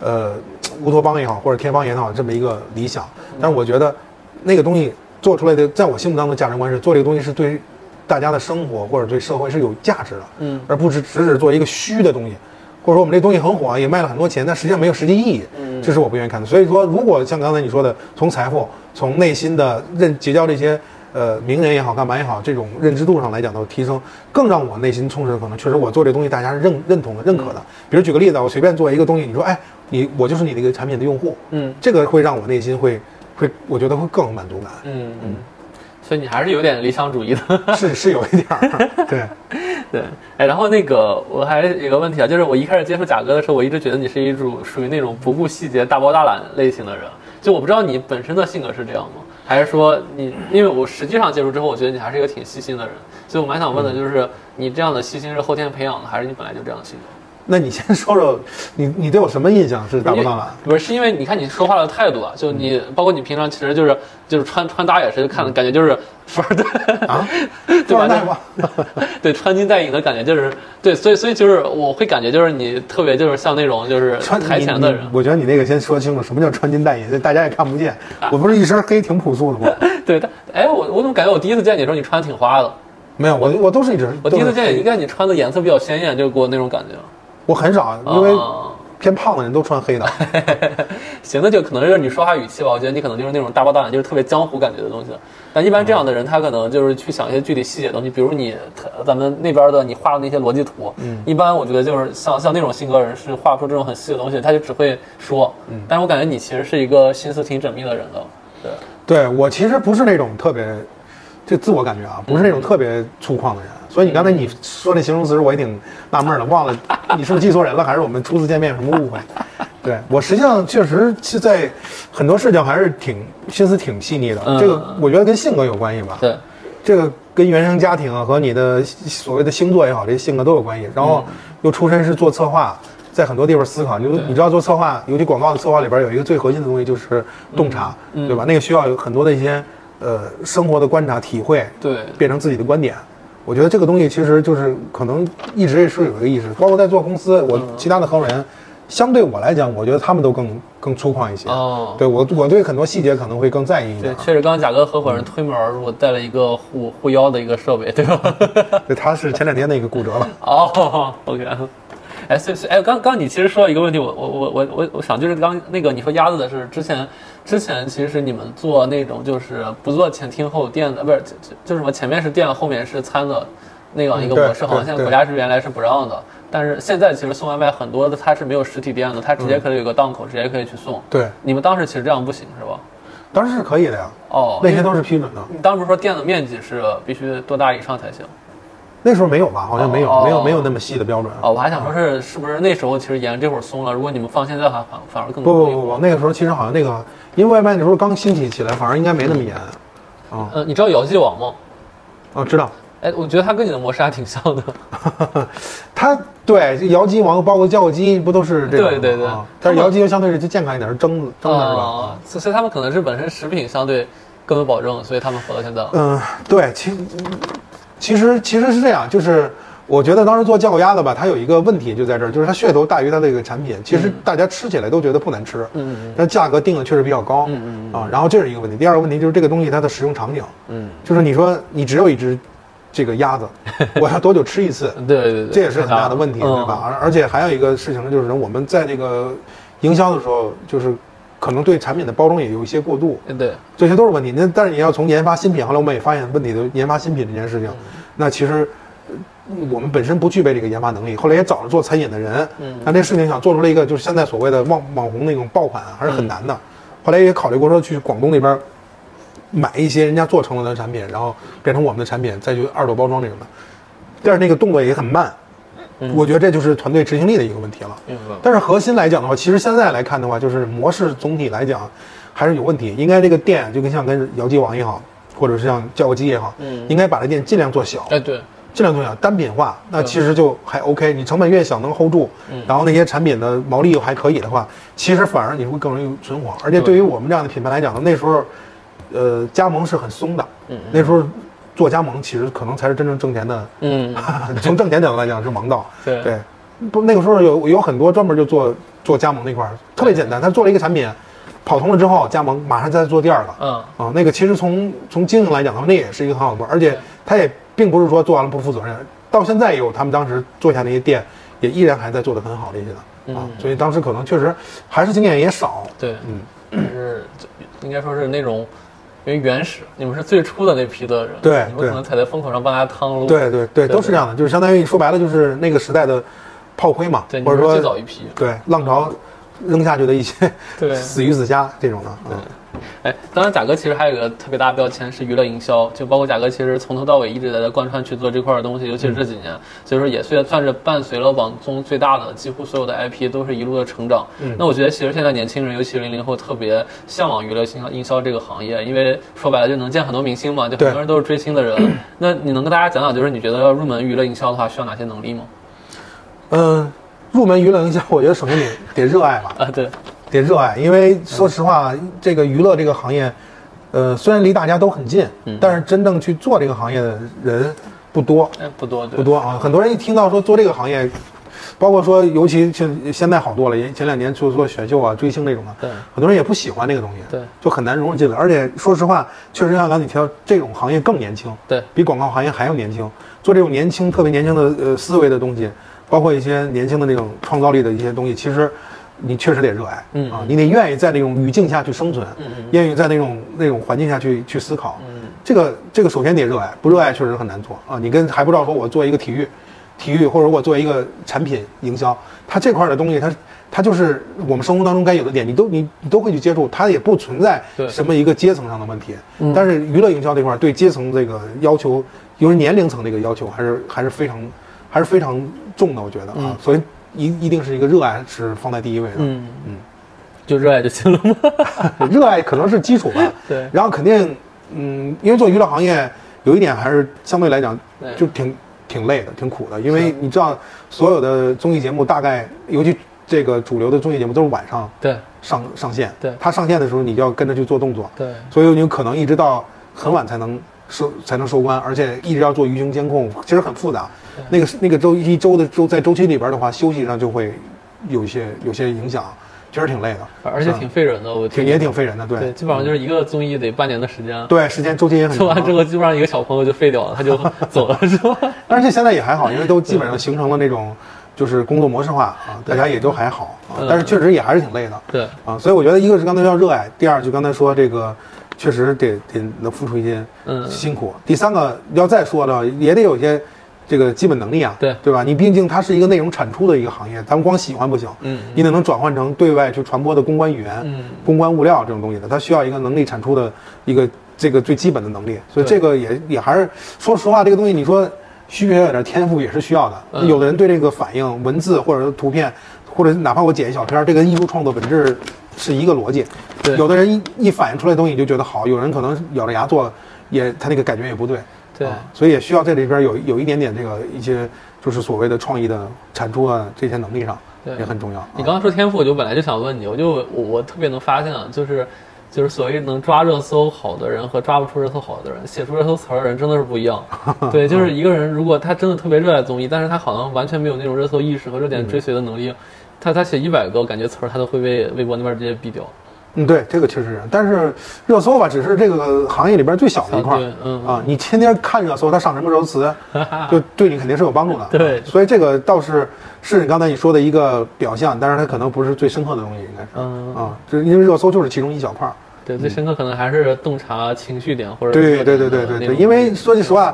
[SPEAKER 3] 呃，乌托邦也好，或者天方也好，这么一个理想。但是我觉得那个东西做出来的，在我心目当中的价值观是，做这个东西是对大家的生活或者对社会是有价值的，
[SPEAKER 2] 嗯
[SPEAKER 3] 而不是只是做一个虚的东西。或者说我们这东西很火，啊也卖了很多钱，但实际上没有实际意义，
[SPEAKER 2] 嗯
[SPEAKER 3] 这是我不愿意看的。所以说，如果像刚才你说的，从财富、从内心的认结交这些呃名人也好，干嘛也好，这种认知度上来讲的提升，更让我内心充实的，可能确实我做这东西大家是认认同的、认可
[SPEAKER 2] 嗯
[SPEAKER 3] 的。比如举个例子啊，我随便做一个东西，你说哎，你我就是你的一个产品的用户，
[SPEAKER 2] 嗯
[SPEAKER 3] 这个会让我内心会会，我觉得会更有满 足感，
[SPEAKER 2] 嗯嗯，所以你还是有点理想主义的。
[SPEAKER 3] 是是有一点儿，对。
[SPEAKER 2] 对，哎，然后那个我还有个问题啊，就是我一开始接触贾哥的时候，我一直觉得你是一种属于那种不顾细节、大包大揽类型的人。就我不知道你本身的性格是这样吗？还是说你，因为我实际上接触之后，我觉得你还是一个挺细心的人，所以我蛮想问的就是，你这样的细心是后天培养的，还是你本来就这样的性格？
[SPEAKER 3] 那你先说说，你你对我什么印象是达不到了？
[SPEAKER 2] 因为不是，是因为你看你说话的态度啊，就你、包括你平常其实就是就是穿穿搭也是看感觉就是 富二代
[SPEAKER 3] 啊，
[SPEAKER 2] 对吧？
[SPEAKER 3] 富二代吗
[SPEAKER 2] 就 对，穿金戴银的感觉就是对，所以所以就是我会感觉就是你特别就是像那种就是
[SPEAKER 3] 穿
[SPEAKER 2] 台前的人
[SPEAKER 3] 你你，我觉得你那个先说清楚，什么叫穿金戴银？大家也看不见。
[SPEAKER 2] 啊
[SPEAKER 3] 我不是一身黑挺朴素的 吗？
[SPEAKER 2] 对，但哎，我我怎么感觉我第一次见你的时候你穿的挺花的，
[SPEAKER 3] 没有，我我都是一直。
[SPEAKER 2] 我第一次见你，
[SPEAKER 3] 你
[SPEAKER 2] 应，该你穿的颜色比较鲜艳，就给我那种感觉。
[SPEAKER 3] 我很少，因为
[SPEAKER 2] 啊
[SPEAKER 3] 偏胖的人都穿黑 的。
[SPEAKER 2] 行，那就可能是你说话语气吧。我觉得你可能就是那种大包大揽，就是特别江湖感觉的东西。但一般这样的人，他可能就是去想一些具体细节的东西，比如你他咱们那边的你画的那些逻辑图，一般我觉得就是像像那种性格人是画不出这种很细的东西，他就只会说。但是我感觉你其实是一个心思挺缜密的人的。对，
[SPEAKER 3] 对我其实不是那种特别，这自我感觉啊，不是
[SPEAKER 2] 嗯
[SPEAKER 3] 那种特别粗犷的人。所以你刚才你说那形容词，我也挺纳闷的，忘了你是不是记错人了，还是我们初次见面有什么误会？对我实际上确实是在很多事情还是挺心思挺细腻的，
[SPEAKER 2] 嗯
[SPEAKER 3] 这个我觉得跟性格有关系吧。
[SPEAKER 2] 对，
[SPEAKER 3] 这个跟原生家庭啊和你的所谓的星座也好，这些性格都有关系。然后
[SPEAKER 2] 嗯
[SPEAKER 3] 又出身是做策划，在很多地方思考。你就你知道做策划，尤其广告的策划里边有一个最核心的东西就是洞察，
[SPEAKER 2] 嗯
[SPEAKER 3] 对吧？那个需要有很多的一些呃生活的观察、体会，
[SPEAKER 2] 对
[SPEAKER 3] 变成自己的观点。我觉得这个东西其实就是可能一直也是有一个意识，包括在做公司，
[SPEAKER 2] 嗯
[SPEAKER 3] 我其他的合伙人，相对我来讲，我觉得他们都更更粗犷一些。
[SPEAKER 2] 哦
[SPEAKER 3] 对我我对很多细节可能会更在意一点
[SPEAKER 2] 对，。确实，刚刚贾哥合伙人推门而入，带了一个护护腰的一个设备，对吧？
[SPEAKER 3] 对，他是前两天那个骨折了。
[SPEAKER 2] 哦，OK。哎，所以所以哎，刚刚你其实说了一个问题，我我我我我我想就是刚那个你说鸭子的事，之前之前其实是你们做那种就是不做前厅后店的，不是就就就是什么前面是店，后面是餐的那样一个
[SPEAKER 3] 嗯对
[SPEAKER 2] 模式，好像
[SPEAKER 3] 对
[SPEAKER 2] 现在
[SPEAKER 3] 对
[SPEAKER 2] 国家是原来是不让的，但是现在其实送外卖很多的它是没有实体店的，它直接可以有个档口，直接可以去送。
[SPEAKER 3] 嗯对，
[SPEAKER 2] 你们当时其实这样不行是吧？
[SPEAKER 3] 当然是可以的呀，
[SPEAKER 2] 哦，
[SPEAKER 3] 那些
[SPEAKER 2] 因为
[SPEAKER 3] 都是批准的。
[SPEAKER 2] 你当时不是说店的面积是必须多大以上才行？
[SPEAKER 3] 那时候没有吧？好像没有，
[SPEAKER 2] 哦
[SPEAKER 3] 没有没有那么细的标准。啊
[SPEAKER 2] 哦，我还想说是是不是那时候其实严这会儿松了，如果你们放现在的话，反反而更
[SPEAKER 3] 不不
[SPEAKER 2] 容易
[SPEAKER 3] 不不，那个时候其实好像那个，因为外卖那时候刚兴起起来，反而应该没那么严。
[SPEAKER 2] 呃，你知道姚记网吗？
[SPEAKER 3] 哦，知道，
[SPEAKER 2] 哎，我觉得它跟你的模式还挺像的。
[SPEAKER 3] 它对姚鸡王包括酵鸡不都是这种吗？
[SPEAKER 2] 对对对
[SPEAKER 3] 啊但是姚鸡就相对是健康一点，是蒸蒸的是吧？
[SPEAKER 2] 啊，所以他们可能是本身食品相对更有保证，所以他们活到 现在。
[SPEAKER 3] 嗯，对，其其实其实是这样，就是我觉得当时做酱油鸭的吧，它有一个问题就在这儿，就是它噱头大于它这个产品，其实大家吃起来都觉得不难吃，
[SPEAKER 2] 嗯嗯，
[SPEAKER 3] 但价格定的确实比较高，嗯嗯啊，然后这是一个问题，第二个问题就是这个东西它的使用场景，
[SPEAKER 2] 嗯，
[SPEAKER 3] 就是你说你只有一只这个鸭子，我要多久吃一次？
[SPEAKER 2] 对对 对，
[SPEAKER 3] 嗯这也是很大的问题，
[SPEAKER 2] 嗯
[SPEAKER 3] 对吧？？而而且还有一个事情就是，我们在这个营销的时候，就是可能对产品的包装也有一些过度，
[SPEAKER 2] 嗯对，
[SPEAKER 3] 这些都是问题。那但是你要从研发新品，后来我们也发现问题的研发新品这件事情，那其实。呃我们本身不具备这个研发能力，后来也找了做餐饮的人，
[SPEAKER 2] 嗯
[SPEAKER 3] 那这事情想做出来一个就是现在所谓的网网红那种爆款啊还是很难的。后来也考虑过说去广东那边买一些人家做成了的产品，然后变成我们的产品，再去二手包装这种的。但是那个动作也很慢，我觉得这就是团队执行力的一个问题了。
[SPEAKER 2] 明白
[SPEAKER 3] 但是核心来讲的话，其实现在来看的话，就是模式总体来讲还是有问题。应该这个店就跟像跟姚记王也好，或者是像叫个鸡也好，
[SPEAKER 2] 嗯
[SPEAKER 3] 应该把这店尽量做小，
[SPEAKER 2] 哎，对，
[SPEAKER 3] 尽量做小，单品化，那其实就还 OK。你成本越小能 hold 住，
[SPEAKER 2] 嗯
[SPEAKER 3] 然后那些产品的毛利又还可以的话，其实反而你会更容易存活。而且对于我们这样的品牌来讲呢，那时候，呃，加盟是很松的，那时候做加盟其实可能才是真正挣钱的
[SPEAKER 2] 嗯，
[SPEAKER 3] 从挣钱角度来讲是王道。
[SPEAKER 2] 对
[SPEAKER 3] 不那个时候有有很多专门就做做加盟那块儿，特别简单。他做了一个产品，跑通了之后加盟，马上再做第二个。
[SPEAKER 2] 嗯
[SPEAKER 3] 啊，那个其实从从经营来讲的话，那也是一个很好的模式，而且他也并不是说做完了不负责任，到现在也有他们当时做下那些店，也依然还在做得很好的一些
[SPEAKER 2] 嗯
[SPEAKER 3] 的啊。所以当时可能确实还是经验也少。
[SPEAKER 2] 对，嗯，是应该说是那种。因为原始，你们是最初的那批的人，
[SPEAKER 3] 对
[SPEAKER 2] 你们可能踩在风口上帮大家趟路，
[SPEAKER 3] 对对对，
[SPEAKER 2] 对
[SPEAKER 3] 都是这样的，就是相当于说白了就是那个时代的炮灰嘛
[SPEAKER 2] 对，，你
[SPEAKER 3] 或
[SPEAKER 2] 们
[SPEAKER 3] 者
[SPEAKER 2] 是
[SPEAKER 3] 说
[SPEAKER 2] 最早一批，
[SPEAKER 3] 对浪潮扔下去的一些
[SPEAKER 2] 对
[SPEAKER 3] 死鱼子虾这种的，嗯
[SPEAKER 2] 哎，当然，贾哥其实还有一个特别大的标签是娱乐营销，就包括贾哥其实从头到尾一直在贯穿去做这块儿的东西，尤其是这几年，所以说也算算是伴随了网综最大的几乎所有的 IP 都是一路的成长。那我觉得其实现在年轻人，尤其是零零后，特别向往娱乐营销营销这个行业，因为说白了就能见很多明星嘛，就很
[SPEAKER 3] 对
[SPEAKER 2] 多人都是追星的人。 那你能跟大家讲讲，就是你觉得要入门娱乐营销的话，需要哪些能力吗？
[SPEAKER 3] 嗯，入门娱乐营销，我觉得首先得得热爱吧，
[SPEAKER 2] 啊，对，
[SPEAKER 3] 得热爱，因为说实话，这个娱乐这个行业，呃，虽然离大家都很近，
[SPEAKER 2] 嗯
[SPEAKER 3] 但是真正去做这个行业的人不多，
[SPEAKER 2] 哎，不多，对
[SPEAKER 3] 不，多啊。很多人一听到说做这个行业，包括说，尤其现现在好多了，也前两年做做选秀啊、追星那种的
[SPEAKER 2] 对，
[SPEAKER 3] 很多人也不喜欢这个东西，
[SPEAKER 2] 对
[SPEAKER 3] 就很难融入进来。而且说实话，确实像刚才你提到，这种行业更年轻，
[SPEAKER 2] 对
[SPEAKER 3] 比广告行业还要年轻。做这种年轻、特别年轻的呃思维的东西，包括一些年轻的那种创造力的一些东西，其实你确实得热爱，
[SPEAKER 2] 嗯
[SPEAKER 3] 啊，你得愿意在那种语境下去生存，愿意在那种那种环境下去去思考，
[SPEAKER 2] 嗯
[SPEAKER 3] 这个这个首先得热爱，不热爱确实很难做啊。你跟还不知道说我做一个体育，体育或者我做一个产品营销，它这块儿的东西它。它就是我们生活当中该有的点，你都你你都会去接触，它也不存在
[SPEAKER 2] 对
[SPEAKER 3] 什么一个阶层上的问题。
[SPEAKER 2] 嗯
[SPEAKER 3] 但是娱乐营销这块儿对阶层这个要求，尤其年龄层这个要求，还是还是非常还是非常重的，我觉得啊，所以一一定是一个热爱是放在第一位的。
[SPEAKER 2] 嗯嗯，就热爱就行了吗？
[SPEAKER 3] 热爱可能是基础吧。
[SPEAKER 2] 对
[SPEAKER 3] 然后肯定，嗯，因为做娱乐行业有一点还是相对来讲
[SPEAKER 2] 对
[SPEAKER 3] 就挺挺累的，挺苦的，因为你知道所有的综艺节目大概，尤其这个主流的综艺节目都是晚上
[SPEAKER 2] 对
[SPEAKER 3] 上上线，
[SPEAKER 2] 对
[SPEAKER 3] 它上线的时候你就要跟着去做动作，
[SPEAKER 2] 对
[SPEAKER 3] 所以你可能一直到很晚才能收才能收官，而且一直要做舆情监控，其实很复杂。那个那个周一周的周在周期里边的话，休息上就会有一些有些影响，确实挺累的，嗯
[SPEAKER 2] 而且啊挺费人的，我
[SPEAKER 3] 挺
[SPEAKER 2] 听
[SPEAKER 3] 也挺费人的，
[SPEAKER 2] 对，基本上就是一个综艺得半年的时间，
[SPEAKER 3] 对，时间周期也很
[SPEAKER 2] 做完之
[SPEAKER 3] 长，
[SPEAKER 2] 后基本上一个小朋友就废掉了，他就走了， 是吧？
[SPEAKER 3] 但是现在也还好，因为都基本上形成了那种就是工作模式化啊，大家也都还好啊
[SPEAKER 2] 嗯，
[SPEAKER 3] 但是确实也还是挺累的
[SPEAKER 2] 对，
[SPEAKER 3] 啊，所以我觉得一个是刚才要热爱，第二就刚才说这个确实得得能付出一些
[SPEAKER 2] 嗯
[SPEAKER 3] 辛苦，第三个要再说的也得有一些。这个基本能力啊，
[SPEAKER 2] 对
[SPEAKER 3] 对吧？你毕竟它是一个内容产出的一个行业，咱们光喜欢不行，
[SPEAKER 2] 嗯
[SPEAKER 3] 你得能转换成对外去传播的公关语言、
[SPEAKER 2] 嗯
[SPEAKER 3] 公关物料这种东西的，它需要一个能力产出的一个这个最基本的能力。所以
[SPEAKER 2] 对
[SPEAKER 3] 这个也也还是说实话，这个东西你说需不需要有点天赋也是需要的。
[SPEAKER 2] 嗯
[SPEAKER 3] 有的人对这个反应文字或者是图片，或者哪怕我剪一小片儿，这跟艺术创作本质是一个逻辑。
[SPEAKER 2] 对
[SPEAKER 3] 有的人一一反映出来的东西你就觉得好，有人可能咬着牙做，也他那个感觉也不对。
[SPEAKER 2] 对
[SPEAKER 3] 啊所以也需要这里边有有一点点这个一些就是所谓的创意的产出啊，这些能力上
[SPEAKER 2] 对
[SPEAKER 3] 也很重要啊。
[SPEAKER 2] 你刚刚说天赋，我就本来就想问你，我就我我特别能发现啊，就是就是所谓能抓热搜好的人和抓不出热搜好的人，写出热搜词儿的人真的是不一样。 对，就是
[SPEAKER 3] 嗯
[SPEAKER 2] 一个人如果他真的特别热爱综艺，但是他好像完全没有那种热
[SPEAKER 3] 嗯
[SPEAKER 2] 搜意识和热点追随的能力，他他写一百个，我感觉词儿他都会被微博那边直接毙掉。
[SPEAKER 3] 嗯，对，这个确实是，但是热搜吧，只是这个行业里边最小的一块儿
[SPEAKER 2] 小对，嗯
[SPEAKER 3] 啊，你天天看热搜，它上什么热搜 词，就对你肯定是有帮助的，啊
[SPEAKER 2] 对
[SPEAKER 3] 所以这个倒是是你刚才你说的一个表象，但是它可能不是最深刻的东西，应该是，
[SPEAKER 2] 嗯
[SPEAKER 3] 啊，就是因为热搜就是其中一小块儿，
[SPEAKER 2] 对，最深刻可能还是洞察情绪点或者
[SPEAKER 3] 嗯对
[SPEAKER 2] 热点
[SPEAKER 3] 对对
[SPEAKER 2] 的
[SPEAKER 3] 对
[SPEAKER 2] 那
[SPEAKER 3] 对对，
[SPEAKER 2] 种
[SPEAKER 3] 因为说句实话，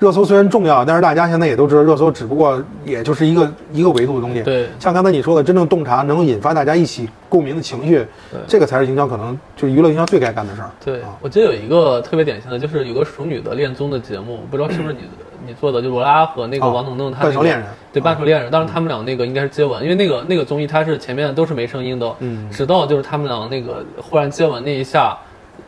[SPEAKER 3] 热搜虽然重要，但是大家现在也都知道，热搜只不过也就是一个一个维度的东西。
[SPEAKER 2] 对
[SPEAKER 3] 像刚才你说的，真正洞察能够引发大家一起共鸣的情绪
[SPEAKER 2] 对，
[SPEAKER 3] 这个才是营销可能就是娱乐营销最该干的事儿。
[SPEAKER 2] 对
[SPEAKER 3] 啊，
[SPEAKER 2] 我记得有一个特别典型的，就是有个熟女的恋综的节目，不知道是不是你你做的，就罗拉和那个
[SPEAKER 3] 哦
[SPEAKER 2] 王彤彤，他
[SPEAKER 3] 半熟恋人
[SPEAKER 2] 对
[SPEAKER 3] 啊
[SPEAKER 2] 半熟恋人，当时他们俩那个应该是接吻，因为那个那个综艺它是前面都是没声音的，
[SPEAKER 3] 嗯
[SPEAKER 2] 直到就是他们俩那个忽然接吻那一下，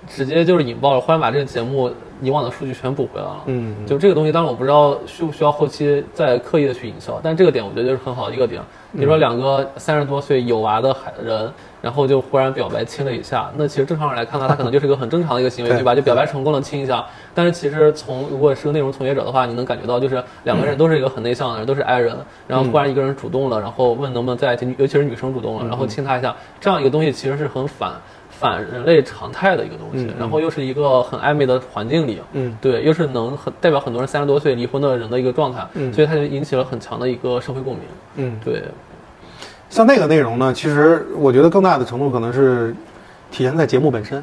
[SPEAKER 2] 直接就是引爆了，忽然把这个节目以往的数据全补回来了，
[SPEAKER 3] 嗯嗯
[SPEAKER 2] 就这个东西，当然我不知道需不需要后期再刻意的去营销，但这个点我觉得就是很好的一个点。比如说两个三十多岁有娃的孩人，然后就忽然表白亲了一下，那其实正常人来看呢，他可能就是一个很正常的一个行为，
[SPEAKER 3] 对
[SPEAKER 2] 对吧？就表白成功了亲一下，但是其实从如果是个内容从业者的话，你能感觉到就是两个人都是一个很内向的人，都是 I 人，然后忽然一个人主动了，然后问能不能在一起，尤其是女生主动了，然后亲他一下，这样一个东西其实是很反。反人类常态的一个东西，然后又是一个很暧昧的环境里，
[SPEAKER 3] 嗯
[SPEAKER 2] 对，又是能很代表很多人三十多岁离婚的人的一个状态，所以它就引起了很强的一个社会共鸣。
[SPEAKER 3] 嗯，
[SPEAKER 2] 对，
[SPEAKER 3] 像那个内容呢，其实我觉得更大的程度可能是体现在节目 本身。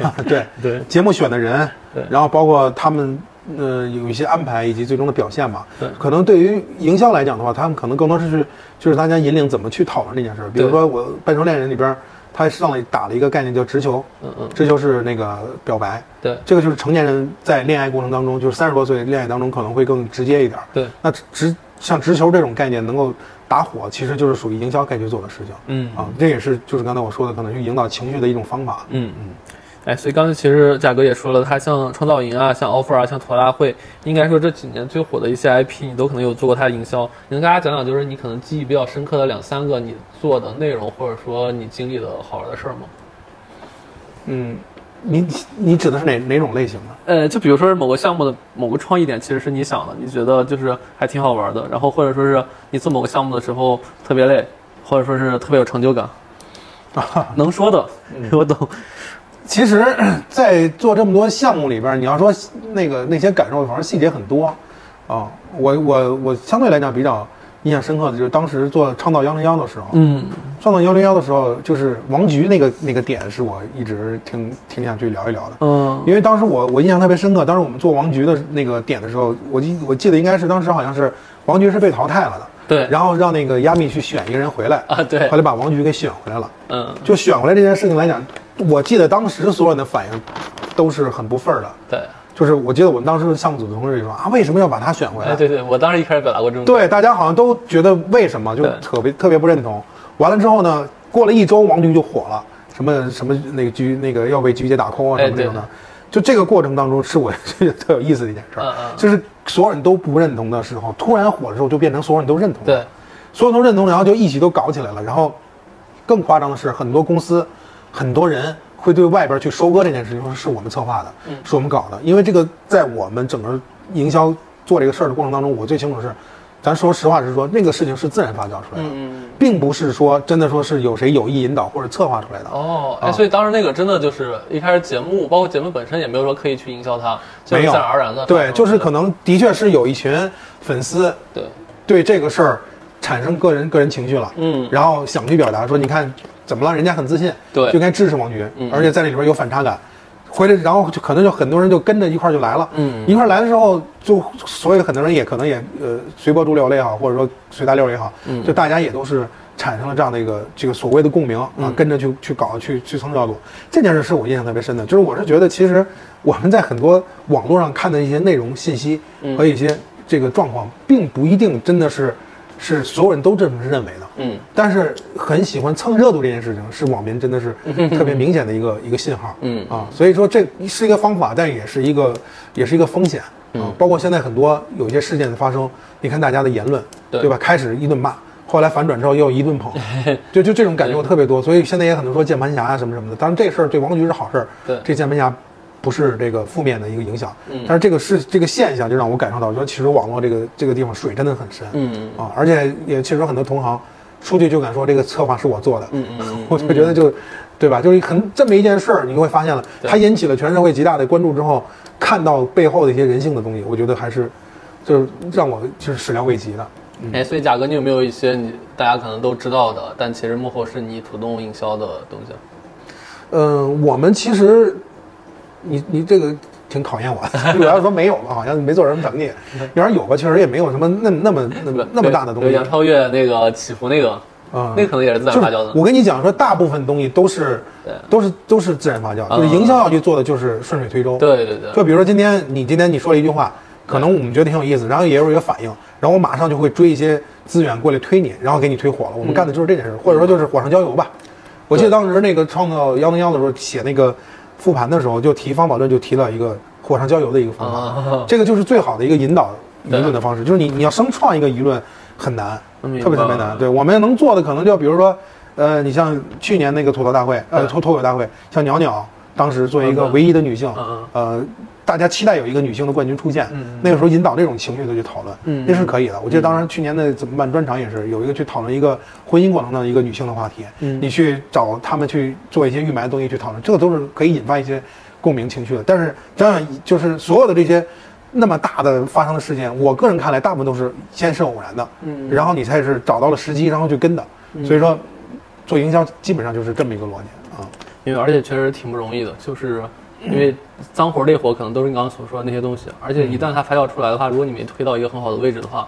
[SPEAKER 3] 啊对
[SPEAKER 2] 对
[SPEAKER 3] 节目选的人
[SPEAKER 2] 对，
[SPEAKER 3] 然后包括他们呃有一些安排以及最终的表现吧。
[SPEAKER 2] 对
[SPEAKER 3] 可能对于营销来讲的话，他们可能更多是去就是大家引领怎么去讨论这件事儿。比如
[SPEAKER 2] 对
[SPEAKER 3] 说我《半熟恋人》里边儿，他上来打了一个概念叫直球，
[SPEAKER 2] 嗯嗯，
[SPEAKER 3] 直球是那个表白，
[SPEAKER 2] 对
[SPEAKER 3] 这个就是成年人在恋爱过程当中，就是三十多岁恋爱当中可能会更直接一点儿。
[SPEAKER 2] 对，
[SPEAKER 3] 那直像直球这种概念能够打火，其实就是属于营销该去做的事情。
[SPEAKER 2] 嗯
[SPEAKER 3] 啊，这也是就是刚才我说的，可能去引导情绪的一种方法。
[SPEAKER 2] 嗯嗯。哎，所以刚才其实贾哥也说了，他像创造营啊、像 offer 啊、像吐拉会，应该说这几年最火的一些 IP，你都可能有做过它的营销。你跟大家讲讲，就是你可能记忆比较深刻的两三个你做的内容，或者说你经历的好玩的事儿吗？
[SPEAKER 3] 嗯，你你指的是哪哪种类型的？
[SPEAKER 2] 呃，就比如说是某个项目的某个创意点，其实是你想的，你觉得就是还挺好玩的，然后或者说是你做某个项目的时候特别累，或者说是特别有成就感，
[SPEAKER 3] 啊
[SPEAKER 2] 能说的，
[SPEAKER 3] 嗯
[SPEAKER 2] 我懂。
[SPEAKER 3] 其实，在做这么多项目里边儿，你要说那个那些感受，反正细节很多啊。我我我相对来讲比较印象深刻的就是当时做《创造幺零幺》的时候，
[SPEAKER 2] 嗯
[SPEAKER 3] 创造幺零幺》的时候，就是王菊那个那个点是我一直挺挺想去聊一聊的。
[SPEAKER 2] 嗯
[SPEAKER 3] 因为当时我我印象特别深刻，当时我们做王菊的那个点的时候，我记我记得应该是当时好像是王菊是被淘汰了的，
[SPEAKER 2] 对
[SPEAKER 3] 然后让那个亚米去选一个人回来，
[SPEAKER 2] 啊对
[SPEAKER 3] 后来把王菊给选回来了。
[SPEAKER 2] 嗯
[SPEAKER 3] 就选回来这件事情来讲，我记得当时所有人的反应都是很不忿儿的，
[SPEAKER 2] 对，
[SPEAKER 3] 就是我记得我们当时项目组的同事就说啊，为什么要把他选回来？
[SPEAKER 2] 哎对对，我当时一开始表达过这种
[SPEAKER 3] 对大家好像都觉得为什么就
[SPEAKER 2] 对
[SPEAKER 3] 特别特别不认同。完了之后呢，过了一周，王菊就火了，什么什么那个菊那个要被菊姐打 call 啊
[SPEAKER 2] 哎
[SPEAKER 3] 什么这种的。就这个过程当中，是我 觉得特有意思的一件事儿
[SPEAKER 2] 嗯嗯，
[SPEAKER 3] 就是所有人都不认同的时候，突然火的时候，就变成所有人都认同。
[SPEAKER 2] 对，嗯
[SPEAKER 3] 所有人都认同，然后就一起都搞起来了。然后更夸张的是，很多公司、很多人会对外边去收割这件事情，说是我们策划的，是我们搞的。因为这个，在我们整个营销做这个事儿的过程当中，我最清楚是，咱说实话实说，那个事情是自然发酵出来的，
[SPEAKER 2] 嗯
[SPEAKER 3] 并不是说真的说是有谁有意引导或者策划出来的。
[SPEAKER 2] 哦哎，
[SPEAKER 3] 啊
[SPEAKER 2] 所以当时那个真的就是一开始节目，包括节目本身也没有说刻意去营销它，就是
[SPEAKER 3] 没有
[SPEAKER 2] 自然而然的
[SPEAKER 3] 对，就是可能的确是有一群粉丝
[SPEAKER 2] 对
[SPEAKER 3] 对这个事儿产生个人个人情绪了，
[SPEAKER 2] 嗯
[SPEAKER 3] 然后想去表达说，你看怎么了，人家很自信，
[SPEAKER 2] 对嗯
[SPEAKER 3] 就该支持王菊，而且在里边有反差感。回来，然后就可能就很多人就跟着一块儿就来了，
[SPEAKER 2] 嗯
[SPEAKER 3] 一块儿来的时候，就所有的很多人也可能也呃随波逐流了也好，或者说随大流也好，
[SPEAKER 2] 嗯
[SPEAKER 3] 就大家也都是产生了这样的一个这个所谓的共鸣啊，
[SPEAKER 2] 嗯
[SPEAKER 3] 跟着去去搞去去蹭热度，这件事是我印象特别深的，就是我是觉得其实我们在很多网络上看的一些内容信息
[SPEAKER 2] 嗯
[SPEAKER 3] 和一些这个状况，并不一定真的是是所有人都这么认为的，
[SPEAKER 2] 嗯
[SPEAKER 3] 但是很喜欢蹭热度这件事情，是网民真 的是特别明显的一个一个信号，
[SPEAKER 2] 嗯
[SPEAKER 3] 啊，所以说这是一个方法，但也是一个也是一个风险，嗯，包括现在很多有一些事件的发生，你看大家的言论，
[SPEAKER 2] 对
[SPEAKER 3] 吧？开始一顿骂，后来反转之后又一顿捧，就就这种感觉我特别多，所以现在也很多说键盘侠啊什么什么的，当然这事儿对嗯王局是好事儿，
[SPEAKER 2] 对
[SPEAKER 3] 这键盘侠。不是这个负面的一个影响，但是这个是这个现象就让我感受到，我觉得其实网络这个这个地方水真的很深，
[SPEAKER 2] 嗯
[SPEAKER 3] 啊，而且也确实有很多同行出去就敢说这个策划是我做的。嗯嗯， 我就觉得就，对吧？就是很这么一件事儿，你会发现了，它引起了全社会极大的关注之后，看到背后的一些人性的东西，我觉得还是就是让我就是始料未及的。
[SPEAKER 2] 哎，所以贾哥，你有没有一些你大家可能都知道的，但其实幕后是你主动营销的东西？
[SPEAKER 3] 嗯，我们其实，你你这个挺考验我的。 我要说没有吧，好像没做什么成绩；要是有吧，确实也没有什么那那么那么那么大的东
[SPEAKER 2] 对
[SPEAKER 3] 西
[SPEAKER 2] 杨超越那个起伏那个，
[SPEAKER 3] 啊。
[SPEAKER 2] 那可能也是自然
[SPEAKER 3] 就
[SPEAKER 2] 发
[SPEAKER 3] 是
[SPEAKER 2] 酵的。
[SPEAKER 3] 我跟你讲说，大部分东西都是
[SPEAKER 2] 对
[SPEAKER 3] 都是都是自然发酵，
[SPEAKER 2] 嗯
[SPEAKER 3] 就是营销要去做的就是顺水推舟。，
[SPEAKER 2] 对对对
[SPEAKER 3] 就比如说今天你今天你说了一句话，可能我们觉得挺有意思，然后也有一个反应，然后我马上就会追一些资源过来推你，然后给你推火了。我们干的就是这件事，或者说就是火上浇油吧。我记得当时那个创造幺零幺的时候写那个复盘的时候，就提方法论，就提到一个火上浇油的一个方法。
[SPEAKER 2] 啊，
[SPEAKER 3] 这个就是最好的一个引导舆论的方式，就是你你要生创一个舆论很难，
[SPEAKER 2] 嗯明白
[SPEAKER 3] 特别特别难。对我们能做的可能就比如说，呃，你像去年那个吐槽大会，呃，
[SPEAKER 2] 嗯
[SPEAKER 3] 脱脱口大会，像鸟鸟当时作为一个
[SPEAKER 2] 嗯嗯
[SPEAKER 3] 唯一的女性
[SPEAKER 2] 嗯嗯，
[SPEAKER 3] 呃，大家期待有一个女性的冠军出现
[SPEAKER 2] 嗯嗯，
[SPEAKER 3] 那个时候引导这种情绪的去讨论
[SPEAKER 2] 嗯嗯，嗯
[SPEAKER 3] 那是可以的。我记得当时去年的怎么办专场也是有一个去讨论一个婚姻过程的一个女性的话题，
[SPEAKER 2] 嗯
[SPEAKER 3] 你去找他们去做一些预埋的东西去讨论，这个都是可以引发一些共鸣情绪的。但是当然，就是所有的这些那么大的发生的事件，我个人看来，大部分都是先是偶然的，
[SPEAKER 2] 嗯
[SPEAKER 3] 然后你才是找到了时机，然后去跟的。所以说，做营销基本上就是这么一个逻辑啊。
[SPEAKER 2] 因为而且确实挺不容易的，就是因为脏活累活可能都是你刚刚所说的那些东西，而且一旦它发酵出来的话，如果你没推到一个很好的位置的话，